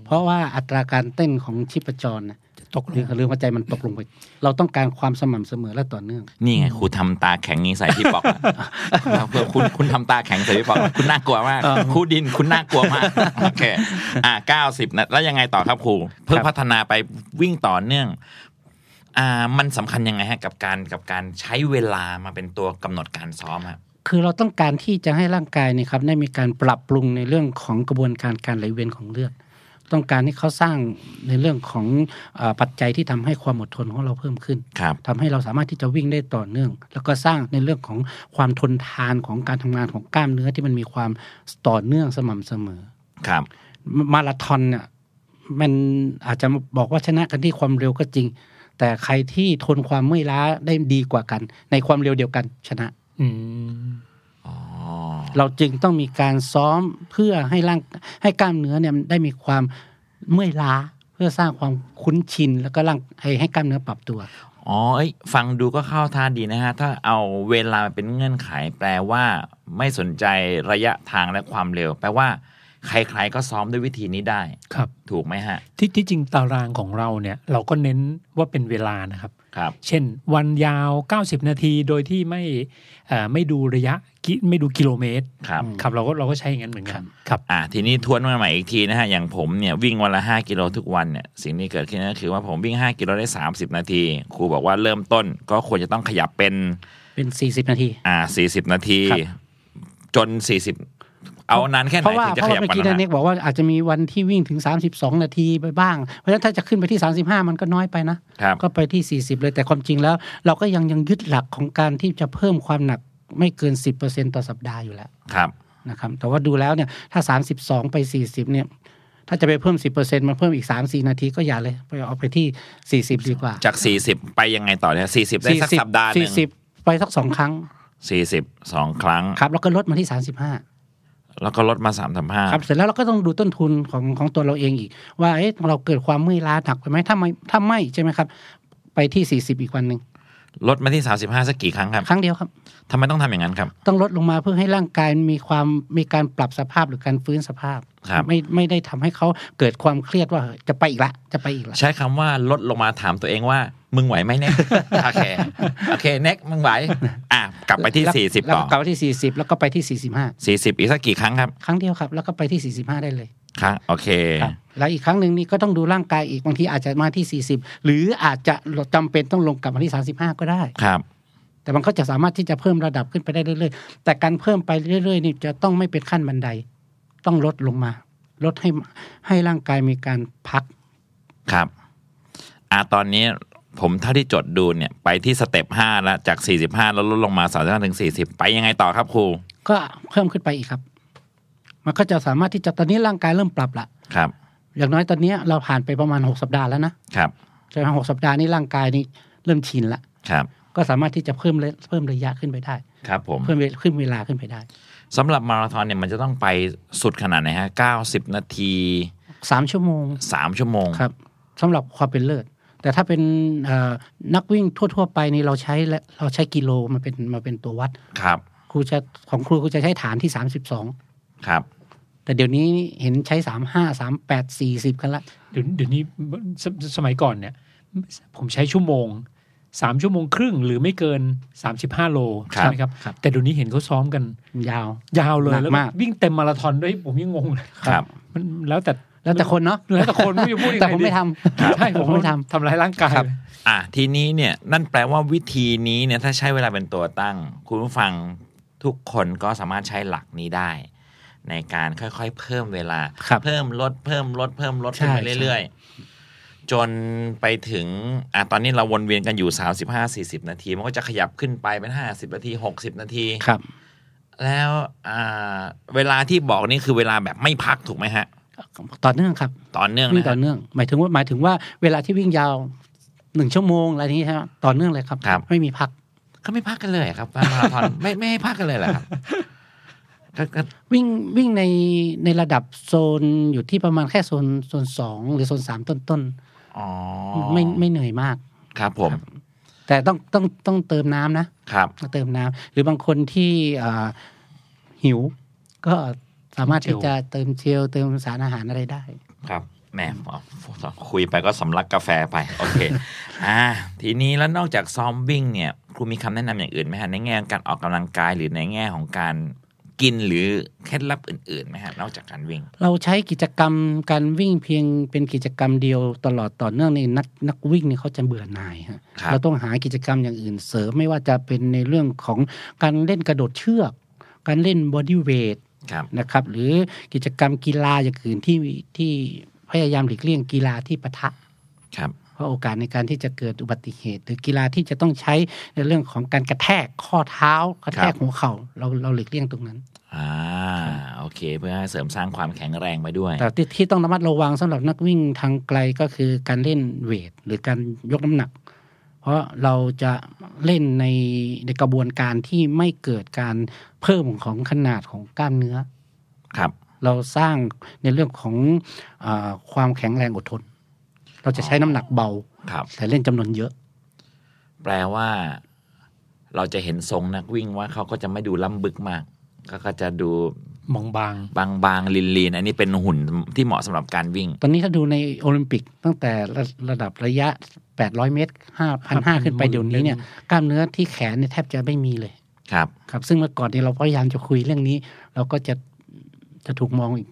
[SPEAKER 5] เพราะว่าอัตราการเต้นของชีพจรนะ
[SPEAKER 4] จะตกล
[SPEAKER 5] หรืองหรือหัวใจมันตกลงไป เราต้องการความสม่ำเสมอและต่อเนื่อง
[SPEAKER 3] นี่ไงครูทำตาแข็งนี้ใส่พี่ป [laughs] อกแล้วเพื่อคุณคุณทำตาแข็งใส่พี่ปอกคุณน่ากลัวมากครูดินคุณน่ากลัวม [laughs] ากโอเคอ่าเก้าสิบนะแล้วยังไงต่อครับครูเพื่อพัฒนาไปวิ่งต่อเนื่อง อ่ามันสำคัญยังไงฮะกับการกับการใช้เวลามาเป็นตัวกำหนดการซ้อมครับ
[SPEAKER 5] คือเราต้องการที่จะให้ร่างกายเนี่ยครับได้มีการปรับปรุงในเรื่องของกระบวนการการไหลเวียนของเลือด ต้องการให้เขาสร้างในเรื่องของเออปัจจัยที่ทำให้ความอดทนของเราเพิ่มขึ้น
[SPEAKER 3] ครับ
[SPEAKER 5] ทำให้เราสามารถที่จะวิ่งได้ต่อเนื่อง แล้วก็สร้างในเรื่องของความทนทานของการทำงานของกล้ามเนื้อที่มันมีความต่อเนื่องสม่ำเสมอ
[SPEAKER 3] ครับ
[SPEAKER 5] มาราธอนเนี่ยมันอาจจะบอกว่าชนะกันที่ความเร็วก็จริง แต่ใครที่ทนความเมื่อยล้าได้ดีกว่ากัน ในความเร็วเดียวกันชนะ
[SPEAKER 4] อืม
[SPEAKER 3] อ๋อ
[SPEAKER 5] เราจึงต้องมีการซ้อมเพื่อให้ร่างให้กล้ามเนื้อเนี่ยมันได้มีความเมื่อยล้าเพื่อสร้างความคุ้นชิน แล้วก็ร่างให้ให้กล้ามเนื้อปรับตัว
[SPEAKER 3] อ๋อเอ้ยฟังดูก็เข้าท่าดีนะฮะ ถ้าเอาเวลามาเป็นเงื่อนไข แปลว่าไม่สนใจระยะทางและความเร็ว แปลว่า ใครๆก็ซ้อมด้วยวิธีนี้ได้
[SPEAKER 4] ครับ
[SPEAKER 3] ถูกไหมฮะ
[SPEAKER 4] ที่ที่จริงตารางของเราเนี่ยเราก็เน้นว่าเป็นเวลานะครับ
[SPEAKER 3] ครับ
[SPEAKER 4] เช่น วันยาว 90 นาทีโดยที่ไม่เอ่อไม่ดูระยะกิไม่ดูกิโลเมตร
[SPEAKER 3] ครับ
[SPEAKER 4] ครับเราก็เราก็ใช้อย่างนั้นเหมือนกันครับ
[SPEAKER 3] อ่าทีนี้ทวนมาใหม่อีกทีนะฮะ อย่างผมเนี่ยวิ่งวันละ 5 กิโลทุกวันเนี่ย สิ่งที่เกิดขึ้นก็คือว่าผมวิ่ง 5 กิโลได้ 30 นาที ครูบอกว่าเริ่มต้นก็ควรจะต้องขยับเป็น
[SPEAKER 5] เป็น 40 นาที
[SPEAKER 3] อ่า 40 นาที จน 40 เอานานแค่ไหน
[SPEAKER 5] เพราะว่า
[SPEAKER 3] ถึงจะ
[SPEAKER 5] เพราะ
[SPEAKER 3] ข
[SPEAKER 5] ว่า
[SPEAKER 3] ยับ
[SPEAKER 5] เมื่อ
[SPEAKER 3] มัน
[SPEAKER 5] กี้
[SPEAKER 3] นะ
[SPEAKER 5] นา
[SPEAKER 3] ฮะ
[SPEAKER 5] เน็กบอกว่าอาจจะมีวันที่วิ่งถึง 32 นาทีไปบ้าง เพราะฉะนั้นถ้าจะขึ้นไปที่ 35 มันก็น้อยไปนะครับ ก็ไปที่ 40 เลยแต่ความจริงแล้ว เราก็ยังยังยึดหลักของการที่จะเพิ่มความหนักไม่เกิน 10%ต่อสัปดาห์อยู่แล้ว
[SPEAKER 3] ครับ
[SPEAKER 5] นะครับแต่ว่าดูแล้วเนี่ยถ้า 32 ไป 40เนี่ยถ้าจะไปเพิ่ม 10%มันเพิ่มอีก 3-4 นาทีก็อย่าเลยไปเอาไปที่ 40 ดีกว่า
[SPEAKER 3] จาก 40 ไปยังไงต่อเนี่ย40 ได้สักสัปดาห์หนึ่ง
[SPEAKER 5] 40 ไปสักสองครั้ง
[SPEAKER 3] 40สองครั้ง
[SPEAKER 5] ครับแล้วก็ลดมาที่ 35
[SPEAKER 3] แล้วก็ลดมา3ามสห้า
[SPEAKER 5] ครับเสร็จแล้วเราก็ต้องดูต้นทุนของของตัวเราเองอีก ว่าเอ๊ะเราเกิดความเมื่อยล้าหนักไปไหมถ้าไม่ถ้าไม่ใช่ไหมครับ ไปที่ 40 อีกวันหนึ่ง
[SPEAKER 3] ลดมาที่ 35 สักกี่ครั้งครับ
[SPEAKER 5] ครั้งเดียวครับ
[SPEAKER 3] ทำไมต้องทำอย่างนั้นครับ
[SPEAKER 5] ต้องลดลงมาเพื่อให้ร่างกายมีความมีการปรับสภาพหรือการฟื้นสภาพ
[SPEAKER 3] ครับ
[SPEAKER 5] ไม่ไม่ได้ทำให้เขาเกิดความเครียดว่าเฮ้ยจะไปอีกละจะไปอีกละ
[SPEAKER 3] ใช้คำว่าลดลงมาถามตัวเองว่า มึงไหวไหม
[SPEAKER 5] [laughs]
[SPEAKER 3] เน็ก โอเคโอเคเน็กมึงไหว อ่ะ กลับไปที่ 40
[SPEAKER 5] แล้ว
[SPEAKER 3] ต่อ
[SPEAKER 5] กลับไปที่ 40 แล้วก็ไปที่
[SPEAKER 3] 40 อีกสักกี่ครั้งครับ
[SPEAKER 5] 45 ครั้งเดียวครับ แล้วก็ไปที่ 45 ได้เลย
[SPEAKER 3] ครั้งโอเค
[SPEAKER 5] ครับแล้วอีกครั้งหนึ่งนี่ก็ต้องดูร่างกายอีกบางทีอาจจะมาที่ 40 หรืออาจจะจำเป็นต้องลงกลับมาที่ 35 ก็ได้
[SPEAKER 3] ครับ
[SPEAKER 5] แต่มันก็จะสามารถที่จะเพิ่มระดับขึ้นไปได้เรื่อยๆ แต่การเพิ่มไปเรื่อยๆนี่จะต้องไม่เป็นขั้นบันได ต้องลดลงมา ลดให้ให้ร่างกายมีการพัก
[SPEAKER 3] ครับ อ่ะตอนนี้ผมเท่าที่จดดูเนี่ย ไปที่สเต็ป5แล้วจาก 45 แล้วลดลงมา35ถึง40 ไปยังไงต่อครับครู
[SPEAKER 5] ก็เพิ่มขึ้นไปอีกครับ มันก็จะสามารถที่จะตอนนี้ร่างกายเริ่มปรับละ
[SPEAKER 3] ครับ
[SPEAKER 5] อย่างน้อยตอนนี้เราผ่านไปประมาณหกสัปดาห์แล้วนะครับ ใช่ไหมหกสัปดาห์นี้ร่างกายนี่เริ่มชินละ
[SPEAKER 3] ครับ
[SPEAKER 5] ก็สามารถที่จะเพิ่มระเพิ่มระยะขึ้นไปได้
[SPEAKER 3] ครับผม
[SPEAKER 5] เพิ่มเวขึ้นเวลาขึ้นไปได้
[SPEAKER 3] สำหรับมาราธอนเนี่ยมันจะต้องไปสุดขนาดไหนฮะ 90 นาที
[SPEAKER 5] 3 ชั่วโมง
[SPEAKER 3] 3 ชั่วโมง
[SPEAKER 5] ครับสำหรับความเป็นเลิศ แต่ถ้าเป็นเอ่อนักวิ่งทั่ว ๆ ไปนี่เราใช้และเราใช้กิโลมาเป็นมาเป็นตัววัด
[SPEAKER 3] ครับ
[SPEAKER 5] ครูจะของครูครูจะใช้ฐานที่ 32
[SPEAKER 3] ครับ
[SPEAKER 5] แต่เดี๋ยวนี้เห็นใช้ 35 38 40 กันละ
[SPEAKER 4] เดี๋ยวเดี๋ยวนี้สสมัยก่อนเนี่ย ผมใช้ชั่วโมง 3 ชั่วโมงครึ่งหรือไม่เกิน 35 โล
[SPEAKER 3] ครับ
[SPEAKER 4] ใช่ไหมครับ
[SPEAKER 5] ครับ
[SPEAKER 4] แต่เดี๋ยวนี้เห็นเขาซ้อมกัน
[SPEAKER 5] ยาว
[SPEAKER 4] ยาวเลย
[SPEAKER 5] หนัก
[SPEAKER 4] แล้ว
[SPEAKER 5] มาก
[SPEAKER 4] วิ่งเต็มมาราธอนด้วยผมยังงงเลย
[SPEAKER 3] ครับ
[SPEAKER 4] มันแล้วแต่
[SPEAKER 5] แล้วแต่คนเนาะ
[SPEAKER 4] แล้วแต่คนไม่รู้จะพูดยังง
[SPEAKER 5] แต่ผมไม่
[SPEAKER 4] ดี
[SPEAKER 5] ทำ
[SPEAKER 4] ใช่
[SPEAKER 5] ผมไม่ท
[SPEAKER 4] ทำร้ายร่างกาย
[SPEAKER 5] ครับ
[SPEAKER 3] อ่ะทีนี้เนี่ยนั่นแปลว่าวิธีนี้เนี่ยถ้าใช้เวลาเป็นตัวตั้ง คุณผู้ฟังทุกคนก็สามารถใช้หลักนี้ได้ ในการค่อยๆ เพิ่มเวลา
[SPEAKER 5] ครับ
[SPEAKER 3] เพิ่มลดเพิ่มลดเพิ่มลด
[SPEAKER 5] ใช่
[SPEAKER 3] ขึ้นไปเรื่อยๆ จนไปถึงอ่ะตอนนี้เราวนเวียนกันอยู่ 35-40 นาที มันก็จะขยับขึ้นไปเป็น 50 นาที 60 นาที
[SPEAKER 5] ำครับ
[SPEAKER 3] แล้วอ่าเวลาที่บอกนี่คือเวลาแบบไม่พักถูกไหมฮะ
[SPEAKER 5] ต่อเนื่องครับ
[SPEAKER 3] ต่อเนื่อง
[SPEAKER 5] วิ่
[SPEAKER 3] นะ
[SPEAKER 5] งต่อ
[SPEAKER 3] ฮะ
[SPEAKER 5] เนื่องหมายถึงว่าหมายถึงว่าเวลาที่วิ่งยาวหนึ่งชั่วโมงอะไรนี้ใช่ไหมต่อเนื่องเลยครับ ไม่มีพัก
[SPEAKER 3] เขาไม่พักกันเลยอะครับมาราธอนไม่ไม่ให้พักกันเลยเหรอครับก็ก็
[SPEAKER 5] วิ่งวิ่งในในระดับโซนอยู่ที่ประมาณแค่โซนโซนสองหรือโซนสามต้นต้น
[SPEAKER 3] อ๋อ
[SPEAKER 5] ๆไม่ไม่เหนื่อยมาก
[SPEAKER 3] ครับผม
[SPEAKER 5] แต่ต้องต้องต้องเติมน้ำนะ
[SPEAKER 3] ครับ
[SPEAKER 5] เติมน้ำหรือบางคนที่เอ่อหิว ก็สามารถที่จะเติมเชลเติมสารอาหารอะไรได้
[SPEAKER 3] ครับแหมเอาคุยไปก็สำลักกาแฟไป โอเค อ่า ทีนี้แล้วนอกจากซ้อมวิ่งเนี่ยครูมีคำแนะนำอย่างอื่นไหมฮะในแง่ของการออกกำลังกายหรือในแง่ของการกินหรือเคล็ดลับอื่นๆไหมฮะนอกจากการวิ่ง
[SPEAKER 5] เราใช้กิจกรรมการวิ่งเพียงเป็นกิจกรรมเดียวตลอดต่อเนื่องในนักนักวิ่งเนี่ยเขาจะเบื่อหน่ายฮะ
[SPEAKER 3] ครับ
[SPEAKER 5] เราต้องหากิจกรรมอย่างอื่นเสริมไม่ว่าจะเป็นในเรื่องของการเล่นกระโดดเชือก การเล่นบอดี้เวท
[SPEAKER 3] ครับ
[SPEAKER 5] นะครับหรือกิจกรรมกีฬาอย่างอื่นที่ที่พยายามหลีกเลี่ยงกีฬาที่ปะทะ
[SPEAKER 3] ครับ
[SPEAKER 5] เพราะโอกาสในการที่จะเกิดอุบัติเหตุ หรือกีฬาที่จะต้องใช้ในเรื่องของการกระแทกข้อเท้ากระแทก
[SPEAKER 3] ครับ
[SPEAKER 5] หัวเข่าเราเราหลีกเลี่ยงตรงนั้น
[SPEAKER 3] อ่า โอเค เพื่อให้เสริมสร้างความแข็งแรงไปด้วย
[SPEAKER 5] แต่ที่ที่ต้องระมัดระวังสำหรับนักวิ่งทางไกลก็คือการเล่นเวทหรือการยกน้ำหนัก เพราะเราจะเล่นในในกระบวนการที่ไม่เกิดการเพิ่มของขนาดของกล้ามเนื้อ
[SPEAKER 3] ครับ
[SPEAKER 5] เราสร้างในเรื่องของอาความแข็งแรงอดทน เราจะใช้น้ำหนักเบา
[SPEAKER 3] ครับ
[SPEAKER 5] แต่เล่นจำนวนเยอะ
[SPEAKER 3] แปลว่า เราจะเห็นทรงนักวิ่งว่าเขาก็จะไม่ดูล้ำบึกมาก ก็ก็จะดู
[SPEAKER 4] มองบาง
[SPEAKER 3] บางๆลีนๆอันนี้เป็นหุ่นที่เหมาะสำหรับการวิ่ง
[SPEAKER 5] ตอนนี้ถ้าดูในโอลิมปิกตั้งแต่ระระดับระยะ 800 เมตร5,500 ขึ้นไปเดี๋ยวนี้เนี่ยกล้ามเนื้อที่แขนเนี่ยแทบจะไม่มีเลย
[SPEAKER 3] ครับ
[SPEAKER 5] ครับซึ่งเมื่อก่อนเนี่ยเราพยายามจะคุยเรื่องนี้ เราก็จะจะถูกมองอีก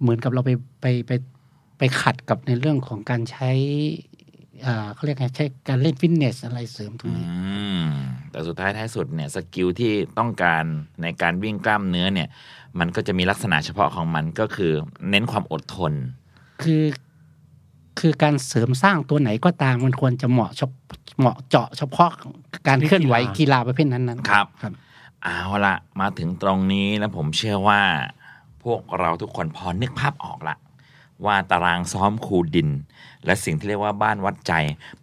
[SPEAKER 5] เหมือนกับเราไปไปไปไปขัดกับในเรื่องของการใช้เอ่อเขาเรียกไงใช้การเล่นฟิตเนสอะไรเสริมตรงนี้
[SPEAKER 3] อืมแต่สุดท้ายท้ายสุดเนี่ยสกิลที่ต้องการในการวิ่งกล้ามเนื้อเนี่ย มันก็จะมีลักษณะเฉพาะของมันก็คือเน้นความอดทน
[SPEAKER 5] คือคือการเสริมสร้างตัวไหนก็ตามมันควรจะเหมาะเฉพเหมาะเจาะเฉพาะการเคลื่อนไหว
[SPEAKER 4] ชนิดกี
[SPEAKER 5] กีฬา
[SPEAKER 4] ฬา
[SPEAKER 5] ประเภทนั้นๆ
[SPEAKER 3] ครับ
[SPEAKER 5] ครับ
[SPEAKER 3] เอาละมาถึงตรงนี้แล้วผมเชื่อว่า พวกเราทุกคนพอนึกภาพออกละว่าตารางซ้อมครูดิน และสิ่งที่เรียกว่าบ้านวัดใจ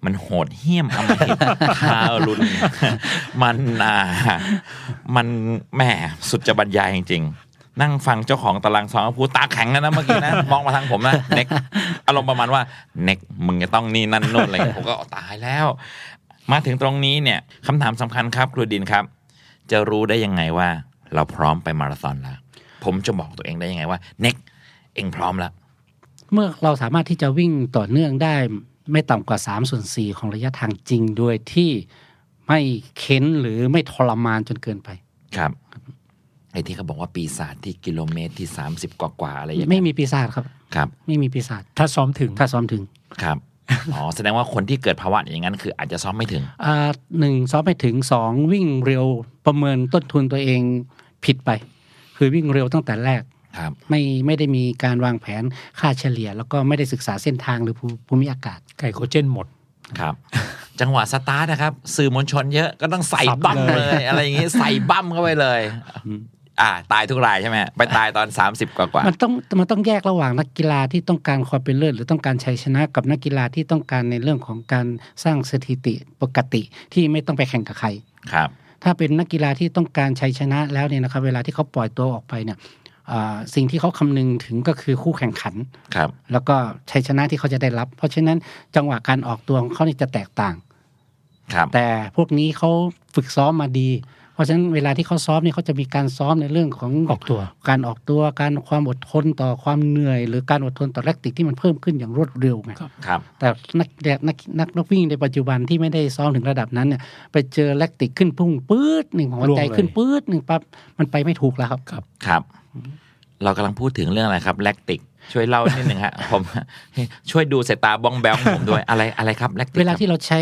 [SPEAKER 3] มันโหดเหี้ยมอำมหิต ทารุณ [laughs] มันอ่ามันแหมสุดจะบรรยายจริงๆ นั่งฟังเจ้าของตารางซ้อมพูดตาแข็งนะนะเมื่อกี้นะ มองมาทางผมนะเน็กอารมณ์ประมาณว่าเน็กมึงจะต้องนี่นั่นนู่นอะไรอย่างเงี้ยผมก็อ๋อตายแล้ว มาถึงตรงนี้เนี่ยคำถามสำคัญครับครูดินครับ จะรู้ได้ยังไงว่า เราพร้อมไปมาราธอนแล้ว ผมจะบอกตัวเองได้ยังไงว่าเน็กเองพร้อมแล้ว
[SPEAKER 5] เมื่อเราสามารถที่จะวิ่งต่อเนื่องได้ไม่ต่ำกว่า3ส่วน4ของระยะทางจริง โดยที่ไม่เค้นหรือไม่ทรมานจนเกินไป
[SPEAKER 3] ครับไอ้ที่เขาบอกว่าปีศาจที่กิโลเมตรที่ 30 กว่ากว่าๆอะไรอย่าง
[SPEAKER 5] ไม่
[SPEAKER 3] เงี้ย
[SPEAKER 5] มีปีศาจครับ
[SPEAKER 3] ครับ
[SPEAKER 5] ไม่มีปีศาจ
[SPEAKER 4] ถ้าซ้อมถึง
[SPEAKER 5] ถ้าซ้อมถึง
[SPEAKER 3] ครับ อ๋อ แสดงว่าคนที่เกิดภาวะอย่างนั้น คืออาจจะซ้อมไม่ถึง
[SPEAKER 5] อ่าหนึ่งซ้อมไม่ถึงสองวิ่งเร็วประเมินต้นทุนตัวเองผิดไป คือวิ่งเร็วตั้งแต่แรก
[SPEAKER 3] ครับ
[SPEAKER 5] ไม่ไม่ได้มีการวางแผนค่าเฉลี่ย แล้วก็ไม่ได้ศึกษาเส้นทางหรือภูภูมิอากาศ
[SPEAKER 4] ไก่โคเจนหมด
[SPEAKER 3] ครับ จังหวะสตาร์ทนะครับ สื่อมวลชนเยอะก็ต้องใส่
[SPEAKER 4] สับ
[SPEAKER 3] บั้ม
[SPEAKER 4] เล
[SPEAKER 3] เลย [laughs] ย อะไรอย่างงี้ใส่บั้มเข้าไปเลย อ่า ตายทุกรายใช่ไหมไปตายตอน 30 กว่ากว่า
[SPEAKER 5] มันต้องมันต้องแยกระหว่างนักกีฬาที่ต้องการความเป็นเลิศหรือต้องการชัยชนะกับนักกีฬาที่ต้องการในเรื่องของการสร้างสถิติปกติที่ไม่ต้องไปแข่งกับใคร
[SPEAKER 3] ครับ
[SPEAKER 5] ถ้าเป็นนักกีฬาที่ต้องการชัยชนะแล้วเนี่ยนะครับ เวลาที่เขาปล่อยตัวออกไปเนี่ยอ่าสิ่งที่เขาคำนึงถึงก็คือคู่แข่งขัน
[SPEAKER 3] ครับ
[SPEAKER 5] แล้วก็ชัยชนะที่เขาจะได้รับ เพราะฉะนั้นจังหวะการออกตัวของเขาเนี่ยจะแตกต่าง
[SPEAKER 3] ครับ
[SPEAKER 5] แต่พวกนี้เขาฝึกซ้อมมาดี เพราะฉะนั้นเวลาที่เขาซ้อมเนี่ยเขาจะมีการซ้อมในเรื่องของ
[SPEAKER 4] ออกตัว
[SPEAKER 5] การออกตัวการความอดทนต่อความเหนื่อย หรือการอดทนต่อแลกติกที่มันเพิ่มขึ้นอย่างรวดเร็วไง
[SPEAKER 3] ครับ
[SPEAKER 5] แต่นักนักนักนักนักวิ่งในปัจจุบันที่ไม่ได้ซ้อมถึงระดับนั้นเนี่ยไปเจอแลกติกขึ้นพุ่งปื๊ดหนึ่งของหัวใจ
[SPEAKER 4] ล่วงเลย
[SPEAKER 5] ขึ้นปื๊ดหนึ่งปั๊บมันไปไม่ถูกแล้วครับ
[SPEAKER 3] ครับ เรากำลังพูดถึงเรื่องอะไรครับแลคติก ช่วยเล่านิดนึงฮะ ผม [laughs] ช่วยดูสายตาบ้องแบงของผมด้วยอะไรอะไรครับแลคติก
[SPEAKER 5] เวลาที่เราใช้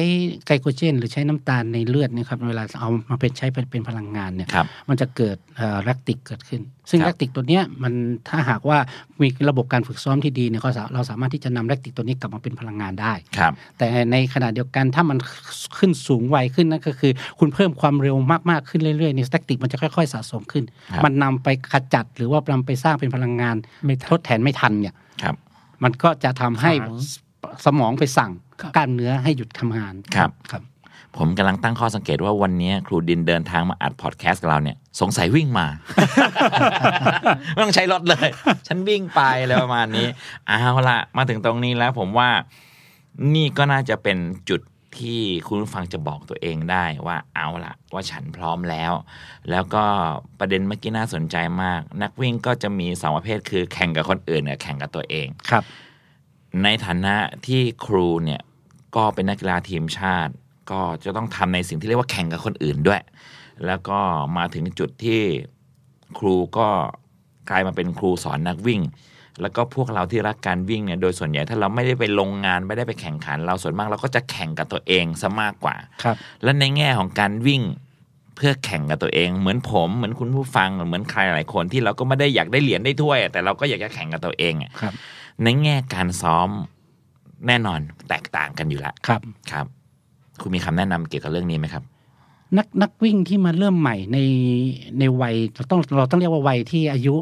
[SPEAKER 5] ไกลโคเจน หรือใช้น้ำตาลในเลือดเนะครับเวลาเอามาเป็นใช้เป็นเป็นพลังงานเนี่ย
[SPEAKER 3] ครับ
[SPEAKER 5] มันจะเกิดเอ่อแลกติกเกิดขึ้น ซึ่ง
[SPEAKER 3] ครับ
[SPEAKER 5] แลกติกตัวเนี้ยมันถ้าหากว่ามีระบบการฝึกซ้อมที่ดีเนี่ยเขาสาเราสามารถที่จะนำแลกติกตัวนี้กลับมาเป็นพลังงานได้
[SPEAKER 3] ครับ
[SPEAKER 5] แต่ในขณะเดียวกันถ้ามันขึ้นสูงไวขึ้นนั่นก็คือ คุณเพิ่มความเร็วมาก ๆ ขึ้นเรื่อยๆเนี่ยสแต็กติกมันจะค่อย ๆ สะสมขึ้น
[SPEAKER 3] ครับ
[SPEAKER 5] มันนำไปขจัดหรือว่านำไปสร้างเป็นพลังงาน
[SPEAKER 4] ไม่ทัน
[SPEAKER 5] ทดแทนไม่ทันเนี่ย
[SPEAKER 3] ครับ
[SPEAKER 5] มันก็จะทำให้
[SPEAKER 4] ขัง
[SPEAKER 5] สมองไปสั่ง
[SPEAKER 4] ครับ
[SPEAKER 5] กล้ามเนื้อให้หยุดทำงาน
[SPEAKER 3] ครับ
[SPEAKER 5] ครับ
[SPEAKER 3] ผมกำลังตั้งข้อสังเกตว่าวันนี้ครูดินเดินทางมาอัดพอดแคสต์กับเราเนี่ย สงสัยวิ่งมา [laughs] ไม่ต้องใช้รถเลย ฉันวิ่งไปอะไรประมาณนี้เอาละมาถึงตรงนี้แล้วผมว่านี่ก็น่าจะเป็นจุดที่คุณผู้ฟังจะบอกตัวเองได้ว่าเอาละว่าฉันพร้อมแล้ว แล้วก็ประเด็นเมื่อกี้น่าสนใจมาก นักวิ่งก็จะมีสองประเภทคือแข่งกับคนอื่นกับแข่งกับตัวเอง
[SPEAKER 5] ครับ
[SPEAKER 3] ในฐานะที่ครูเนี่ยก็เป็นนักกีฬาทีมชาติ ก็จะต้องทำในสิ่งที่เรียกว่าแข่งกับคนอื่นด้วย แล้วก็มาถึงจุดที่ครูก็กลายมาเป็นครูสอนนักวิ่ง แล้วก็พวกเราที่รักการวิ่งเนี่ยโดยส่วนใหญ่ถ้าเราไม่ได้ไปลงงานไม่ได้ไปแข่งขัน เราส่วนมากเราก็จะแข่งกับตัวเองซะมากกว่า
[SPEAKER 5] ครับ
[SPEAKER 3] และในแง่ของการวิ่งเพื่อแข่งกับตัวเอง เหมือนผมเหมือนคุณผู้ฟังเหมือนใครหลายคนที่เราก็ไม่ได้อยากได้เหรียญได้ถ้วยอะแต่เราก็อยากจะแข่งกับตัวเองอะ
[SPEAKER 5] ครับ
[SPEAKER 3] ในแง่การซ้อมแน่นอนแตกต่างกันอยู่ละ
[SPEAKER 5] ครับ
[SPEAKER 3] ครับ คุณมีคำแนะนำเกี่ยวกับเรื่องนี้ไหมครับ
[SPEAKER 5] นักนักวิ่งที่มาเริ่มใหม่ในในวัยเราต้องเราต้องเรียกว่าวัยที่อายุ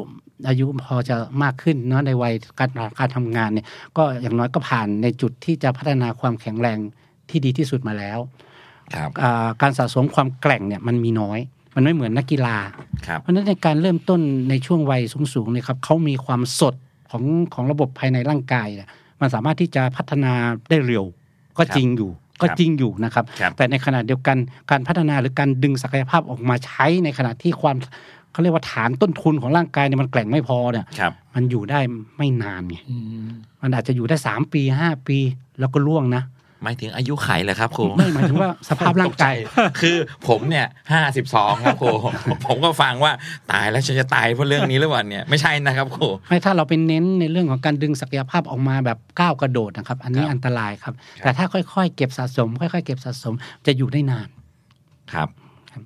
[SPEAKER 5] อายุพอจะมากขึ้นเนาะในวัยการการทำงานเนี่ยก็อย่างน้อยก็ผ่านในจุดที่จะพัฒนาความแข็งแรงที่ดีที่สุดมาแล้ว
[SPEAKER 3] ครับ
[SPEAKER 5] อ่าการสะสมความแกร่งเนี่ยมันมีน้อย มันไม่เหมือนนักกีฬา
[SPEAKER 3] ครับ
[SPEAKER 5] เพราะฉะนั้นในการเริ่มต้นในช่วงวัยสูงๆเนี่ยครับเขามีความสดของของระบบภายในร่างกายเนี่ยมันสามารถที่จะพัฒนาได้เร็ว ก็
[SPEAKER 3] ครับ
[SPEAKER 5] จริงอยู่ ก็
[SPEAKER 3] ครับ
[SPEAKER 5] จริงอยู่นะครับ
[SPEAKER 3] ครับ
[SPEAKER 5] แต่ในขณะเดียวกันการพัฒนาหรือการดึงศักยภาพออกมาใช้ในขณะที่ความเขาเรียกว่าฐานต้นทุนของร่างกายเนี่ยมันแกร่งไม่พอเนี่ย
[SPEAKER 3] ครับ
[SPEAKER 5] มันอยู่ได้ไม่นานไง
[SPEAKER 4] อืม
[SPEAKER 5] มันอาจจะอยู่ได้สามปีห้าปี แล้วก็ล่วงนะ
[SPEAKER 3] หมายถึงอายุไขเลยครับครู
[SPEAKER 5] ไม่หมายถึงว่าสภาพร่างกาย
[SPEAKER 3] ตใจคือผมเนี่ยห้าสิบสองครับครูผมก็ฟังว่าตายแล้วฉันจะตายเพราะเรื่องนี้หรือเปล่าเนี่ยไม่ใช่นะครับครู
[SPEAKER 5] ไม่ถ้าเราไปเน้นในเรื่องของการดึงศักยภาพออกมาแบบก้าวกระโดดนะครับ อันนี้
[SPEAKER 3] ครับ
[SPEAKER 5] อันตรายครับ
[SPEAKER 3] ครับ
[SPEAKER 5] แต่ถ้าค่อยๆ เก็บสะสม ค่อยๆ เก็บสะสมจะอยู่ได้นาน
[SPEAKER 3] ครับ
[SPEAKER 5] ครับ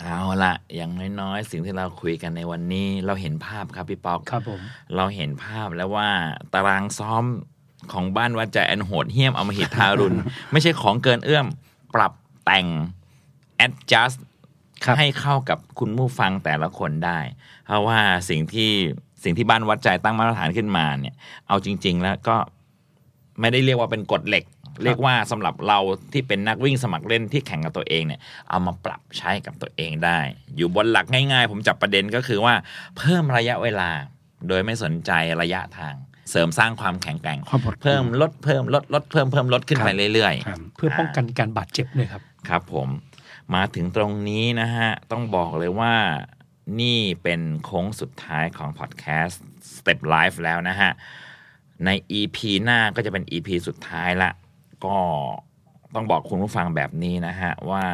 [SPEAKER 3] เอาละอย่างน้อยๆ สิ่งที่เราคุยกันในวันนี้ เราเห็นภาพครับพี่ป๊อก
[SPEAKER 4] ครับผม
[SPEAKER 3] เราเห็นภาพแล้วว่าตารางซ้อมของบ้านวัดใจอันโหดเหี้ยมอมหิตทารุ
[SPEAKER 5] [laughs]
[SPEAKER 3] ณ ไม่ใช่ของเกินเอื้อม ปรับแต่ง adjust
[SPEAKER 5] ครับ
[SPEAKER 3] ให้เข้ากับคุณผู้ฟังแต่ละคนได้ เพราะว่าสิ่งที่สิ่งที่บ้านวัดใจตั้งมาตรฐานขึ้นมาเนี่ย เอาจริง ๆ แล้วก็ไม่ได้เรียกว่าเป็นกฎเหล็ก เรียกว่าสำหรับเราที่เป็นนักวิ่งสมัครเล่นที่แข่งกับตัวเองเนี่ย เอามาปรับใช้กับตัวเองได้ อยู่บนหลักง่าย ๆ ผมจับประเด็นก็คือว่า เพิ่มระยะเวลา โดยไม่สนใจระยะทาง เสริมสร้างความแข็งแกร่ง
[SPEAKER 5] ความอดทน
[SPEAKER 3] เพิ่มลดเพิ่มลดลดเพิ่มเพิ่มลดขึ้น
[SPEAKER 5] ครับ
[SPEAKER 3] ไปเรื่อย
[SPEAKER 5] ครับ
[SPEAKER 4] เพื่อป้องกันการบาดเจ็บเลยครับ
[SPEAKER 3] ครับผมมาถึงตรงนี้นะฮะ ต้องบอกเลยว่านี่เป็นโค้งสุดท้ายของพอดแคสต์ Step Life แล้วนะฮะ ใน EP หน้าก็จะเป็น EP สุดท้ายละ ก็ต้องบอกคุณผู้ฟังแบบนี้นะฮะ ว่า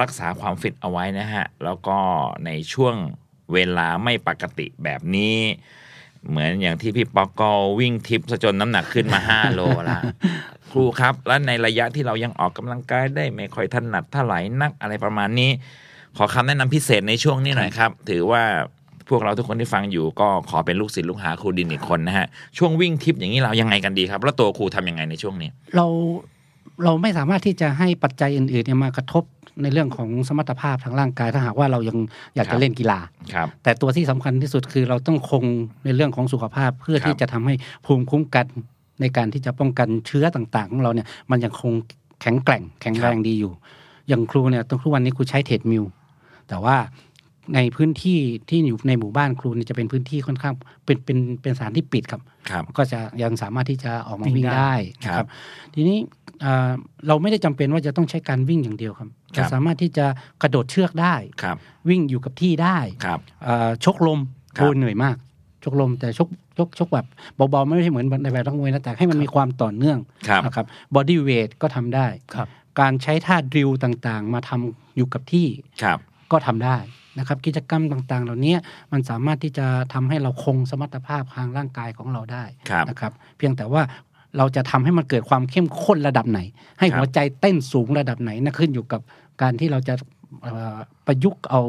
[SPEAKER 3] รักษาความฟิตเอาไว้นะฮะ แล้วก็ในช่วงเวลาไม่ปกติแบบนี้ เหมือนอย่างที่พี่ป๊อกก็วิ่งทิปซะจนน้ำหนักขึ้นมา 5 โลละครูครับ และในระยะที่เรายังออกกำลังกายได้ไม่ค่อยถนัดเท่าไหร่นักอะไรประมาณนี้ ขอคำแนะนำพิเศษในช่วงนี้หน่อยครับ ถือว่าพวกเราทุกคนที่ฟังอยู่ก็ขอเป็นลูกศิษย์ลูกหาครูดินอีกคนนะฮะ ช่วงวิ่งทิปอย่างนี้เรายังไงกันดีครับ แล้วตัวครูทำยังไงในช่วงนี้
[SPEAKER 5] เราเราไม่สามารถที่จะให้ปัจจัยอื่นๆเนี่ยมากระทบในเรื่องของสมรรถภาพทางร่างกาย ถ้าหากว่าเรายังอยาก
[SPEAKER 3] ครั
[SPEAKER 5] จะ
[SPEAKER 3] บ
[SPEAKER 5] เล่นกีฬา
[SPEAKER 3] ครับ
[SPEAKER 5] แต่ตัวที่สำคัญที่สุดคือเราต้องคงในเรื่องของสุขภาพเพื่อ
[SPEAKER 3] ครับ
[SPEAKER 5] ที่จะทำให้ภูมิคุ้มกันในการที่จะป้องกันเชื้อต่างๆ ของเราเนี่ยมันยังคงแข็งแกร่ง แข็งแรงดีอยู่ อย่างครูเนี่ยตรงทุกวันนี้ครูใช้เทรดมิลแต่ว่าในพื้นที่ที่อยู่ในหมู่บ้านครูเนี่ยจะเป็นพื้นที่ค่อนข้างเป็นเป็นเป็นสถานที่ปิดครับ
[SPEAKER 3] ครับ
[SPEAKER 5] ก็จะยังสามารถที่จะออกมา
[SPEAKER 4] วิ่
[SPEAKER 5] วิ่
[SPEAKER 4] ง
[SPEAKER 5] ง
[SPEAKER 4] ได้
[SPEAKER 5] ได้นะค
[SPEAKER 3] ครั
[SPEAKER 5] รั
[SPEAKER 3] บบ
[SPEAKER 5] ทีนี้เอ่อเราไม่ได้จำเป็นว่าจะต้องใช้การวิ่งอย่างเดียวครับ
[SPEAKER 3] ครั
[SPEAKER 5] เรา
[SPEAKER 3] บ
[SPEAKER 5] สามารถที่จะกระโดดเชือกได้
[SPEAKER 3] ครับ
[SPEAKER 5] วิ่งอยู่กับที่ได้
[SPEAKER 3] ครับ
[SPEAKER 5] เอ่อชกลม
[SPEAKER 3] ครับ
[SPEAKER 5] โอ้ยเหนื่อยมาก ชกลมแต่ชกชกชกแบบเบาๆ ไม่ใช่เหมือนในแบบนักมวยนะ แต่ให้มันมีความต่อเนื่อง
[SPEAKER 3] ครับ
[SPEAKER 5] นะครับบอดี้เวทก็ทำได้
[SPEAKER 4] ครับ
[SPEAKER 5] การใช้ท่าดริลต่างๆ มาทำอยู่กับที่
[SPEAKER 3] ครับ
[SPEAKER 5] ก็ทำได้นะครับ กิจกรรมต่างๆ เหล่านี้มันสามารถที่จะทำให้เราคงสมรรถภาพทางร่างกายของเราได้
[SPEAKER 3] ครับ
[SPEAKER 5] นะครับ เพียงแต่ว่าเราจะทำให้มันเกิดความเข้มข้นระดับไหน ให้หัวใจเต้นสูงระดับไหนนะขึ้นอยู่กับการที่เราจะเอ่อประยุกต์เอา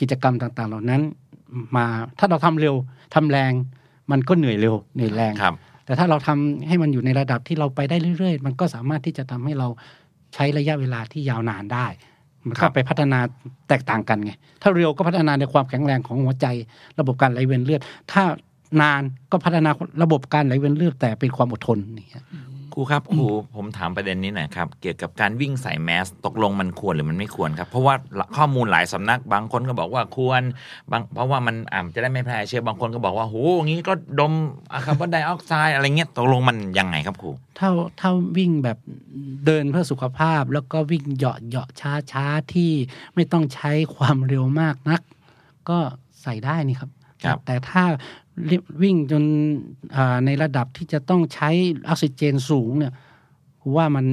[SPEAKER 5] กิจกรรมต่าง ๆ เหล่านั้นมาถ้าเราทำเร็วทำแรง มันก็เหนื่อยเร็วเหนื่อยแรง
[SPEAKER 3] ครับ
[SPEAKER 5] แต่ถ้าเราทำให้มันอยู่ในระดับที่เราไปได้เรื่อย ๆ มันก็สามารถที่จะทำให้เราใช้ระยะเวลาที่ยาวนานได้ มัน
[SPEAKER 3] ครั
[SPEAKER 5] ก็
[SPEAKER 3] บ
[SPEAKER 5] ไปพัฒนาแตกต่างกันไง ถ้าเร็วก็พัฒนาในความแข็งแรงของหัวใจ ระบบการไหลเวียนเลือด ถ้านานก็พัฒนาระบบการไหลเวียนเลือดแต่เป็นความอดทนนี่ฮะ
[SPEAKER 3] ครูครับครูผมถามประเด็นนี้หน่อยครับ เกี่ยวกับการวิ่งใส่แมสตกลงมันควรหรือมันไม่ควรครับ เพราะว่าข้อมูลหลายสำนักบางคนก็บอกว่าควรบางเพราะว่ามันอ่าจะได้ไม่แพร่เชื้อบางคนก็บอกว่าโหอย่างนี้ก็ดมคาร์บอนไดออกไซด์อะไรเงี้ยตกลงมันยังไงครับครู
[SPEAKER 5] ถ้าถ้าวิ่งแบบเดินเพื่อสุขภาพ แล้วก็วิ่งเหยาะเหยาะช้าช้าที่ไม่ต้องใช้ความเร็วมากนัก ก็ใส่ได้นี่ครับ
[SPEAKER 3] ครับ
[SPEAKER 5] แต่ถ้าวิ่งจนอ่าในระดับที่จะต้องใช้ออกซิเจนสูงเนี่ยผมว่ามัน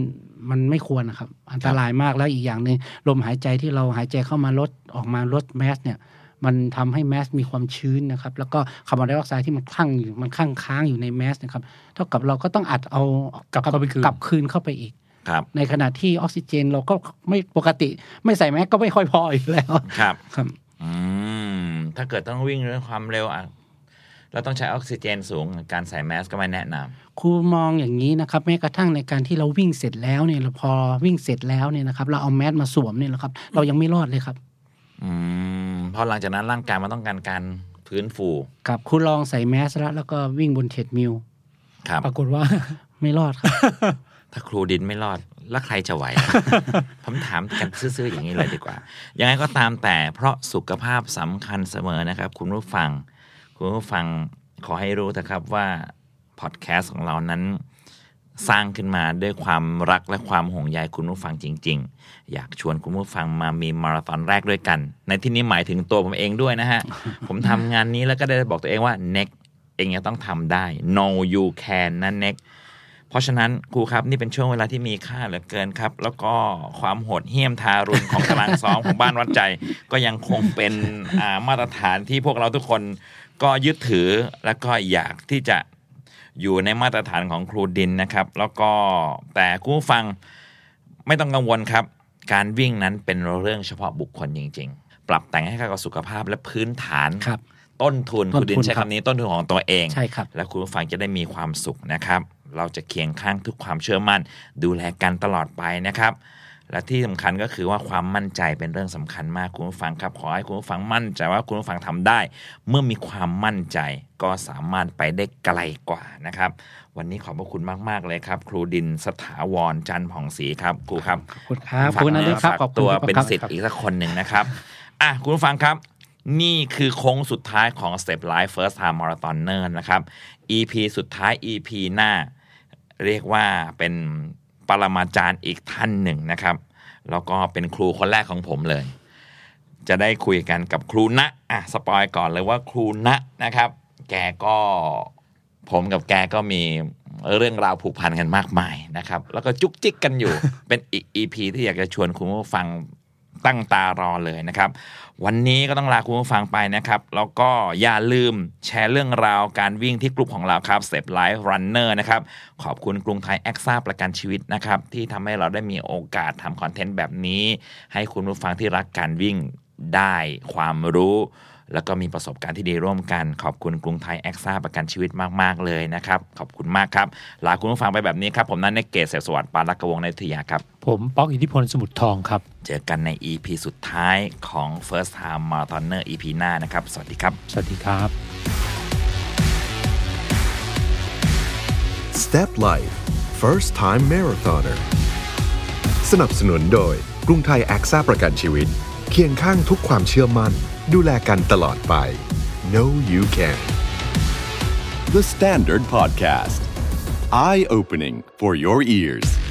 [SPEAKER 5] มันไม่ควรนะครับ อันตรายมากแล้วอีกอย่างหนึ่งลมหายใจที่เราหายใจเข้ามาลดออกมาลดแมสเนี่ยมันทำให้แมสมีความชื้นนะครับ แล้วก็คาร์บอนไดออกไซด์ที่มันคลั่งอยู่มันคลั่งค้างอยู่ในแมสนะครับเท่ากับเราก็ต้องอัดเอา
[SPEAKER 4] กลับเข้าไปคืน
[SPEAKER 5] กลับคืนเข้าไปอีก
[SPEAKER 3] ครับ
[SPEAKER 5] ในขณะที่ออกซิเจนเราก็ไม่ปกติ ไม่ใส่แมสก็ไม่ค่อยพออยู่แล้ว
[SPEAKER 3] ครับ
[SPEAKER 5] ครับ
[SPEAKER 3] อืมถ้าเกิดต้องวิ่งด้วยความเร็วอ่ะเราต้องใช้ออกซิเจนสูงการใส่แมสก็ไม่แนะนำ
[SPEAKER 5] ครูมองอย่างนี้นะครับแม้กระทั่งในการที่เราวิ่งเสร็จแล้วเนี่ยเราพอวิ่งเสร็จแล้วเนี่ยนะครับ เราเอาแมสมาสวมเนี่ยนะครับ เรายังไม่รอดเลยครับ
[SPEAKER 3] อืมเพราะหลังจากนั้นร่างกายมันต้องการการฟื้นฟู
[SPEAKER 5] ครับครูลองใส่แมสแล้วแล้วก็วิ่งบนเทรดมิล
[SPEAKER 3] ครับ
[SPEAKER 4] ปรากฏว่า
[SPEAKER 5] ไม่รอด
[SPEAKER 4] [laughs]
[SPEAKER 5] ครับ
[SPEAKER 3] ถ้าครูดินไม่รอด แล้วใครจะไหว ผมถามกันซื่อๆอย่างนี้เลยดีกว่า ยังไงก็ตามแต่เพราะสุขภาพสำคัญเสมอนะครับ คุณผู้ฟัง คุณผู้ฟังขอให้รู้นะครับว่าพอดแคสต์ของเรานั้น สร้างขึ้นมาด้วยความรักและความห่วงใยคุณผู้ฟังจริง ๆ อยากชวนคุณผู้ฟังมามีมาราธอนแรกด้วยกัน ในที่นี้หมายถึงตัวผมเองด้วยนะฮะ ผมทำงานนี้แล้วก็ได้บอกตัวเองว่า next เองจะต้องทำได้ no you can นั่น next เพราะฉะนั้นครูครับ นี่เป็นช่วงเวลาที่มีค่าเหลือเกินครับ แล้วก็ความโหดเหี้ยมทารุณของตารางซ้อมของบ้านวัดใจ ก็ยังคงเป็นอ่ามาตรฐานที่พวกเราทุกคนก็ยึดถือและก็อยากที่จะ อยู่ในมาตรฐานของครูดินนะครับ แล้วก็แต่คุณผู้ฟังไม่ต้องกังวลครับ การวิ่งนั้นเป็นเรื่องเฉพาะบุคคลจริง ๆ ปรับแต่งให้เข้ากับสุขภาพและพื้นฐาน
[SPEAKER 5] ครับ
[SPEAKER 3] ต้นทุน
[SPEAKER 5] ต้
[SPEAKER 3] ค
[SPEAKER 5] นทุน
[SPEAKER 3] รูดินใช้
[SPEAKER 5] ครับ
[SPEAKER 3] คำนี้ต้นทุนของตัวเอง
[SPEAKER 5] ใช่ครับ
[SPEAKER 3] และคุณผู้ฟังจะได้มีความสุขนะครับ เราจะเคียงข้างทุกความเชื่อมั่น ดูแลกันตลอดไปนะครับ และที่สำคัญก็คือว่าความมั่นใจเป็นเรื่องสำคัญมากคุณผู้ฟังครับ ขอให้คุณผู้ฟังมั่นใจว่าคุณผู้ฟังทำได้ เมื่อมีความมั่นใจก็สามารถไปได้ไกลกว่านะครับ วันนี้ขอบพระคุณมาก ๆ เลยครับ ครูดินสถาวรจันทร์ผ่องศรีครับครูครับ
[SPEAKER 5] ขอบคุณครับ
[SPEAKER 3] ฝาก
[SPEAKER 5] ขอบคุณนะ
[SPEAKER 3] เนื้อ
[SPEAKER 5] ครับ
[SPEAKER 3] ฝาก
[SPEAKER 5] ขอบคุณ
[SPEAKER 3] ตัว
[SPEAKER 5] ครับ
[SPEAKER 3] เป็น
[SPEAKER 5] ครับ
[SPEAKER 3] สิทธิ์อีกสักคนหนึ่งนะครับอ่ะคุณผู้ฟังครับ นี่คือโค้งสุดท้ายของ Step Life First Time Marathoner นะครับ EP สุดท้าย EP หน้า เรียกว่าเป็นปรมาจารย์อีกท่านหนึ่งนะครับ แล้วก็เป็นครูคนแรกของผมเลย จะได้คุยกันกับครูณะอ่ะสปอยก่อนเลยว่าครูณะนะครับ แกก็ผมกับแกก็มีเรื่องราวผูกพันกันมากมายนะครับ แล้วก็จุกจิกกันอยู่ เป็นอีก EP ที่อยากจะชวนคุณผู้ฟังตั้งตารอเลยนะครับ วันนี้ก็ต้องลาคุณผู้ฟังไปนะครับ แล้วก็อย่าลืมแชร์เรื่องราวการวิ่งที่กลุ่มของเราครับเซฟไลฟ์รันเนอร์นะครับ ขอบคุณกรุงไทยแอคซ่าประกันชีวิตนะครับ ที่ทำให้เราได้มีโอกาสทำคอนเทนต์แบบนี้ ให้คุณผู้ฟังที่รักการวิ่งได้ความรู้ แล้วก็มีประสบการณ์ที่ดีร่วมกัน ขอบคุณกรุงไทยแอคซ่าประกันชีวิตมาก ๆ เลยนะครับ ขอบคุณมากครับ ลาคุณผู้ฟังไปแบบนี้ครับ ผมนันเนกเกตเสพสวัสดิ์ปานรักกวงในทยาครับ
[SPEAKER 4] ผมป๊อกอิทธิพลสมุทรทองครับ
[SPEAKER 3] เจอกันใน EP สุดท้ายของ First Time Marathoner EP หน้านะครับ สวัสดีครับ
[SPEAKER 4] สวัสดีครับ
[SPEAKER 2] Step Life First Time Marathoner สนับสนุนโดยกรุงไทยแอคซ่าประกันชีวิต เคียงข้างทุกความเชื่อมั่น ดูแลกันตลอดไป No you can
[SPEAKER 1] The Standard Podcast. Eye opening for your ears.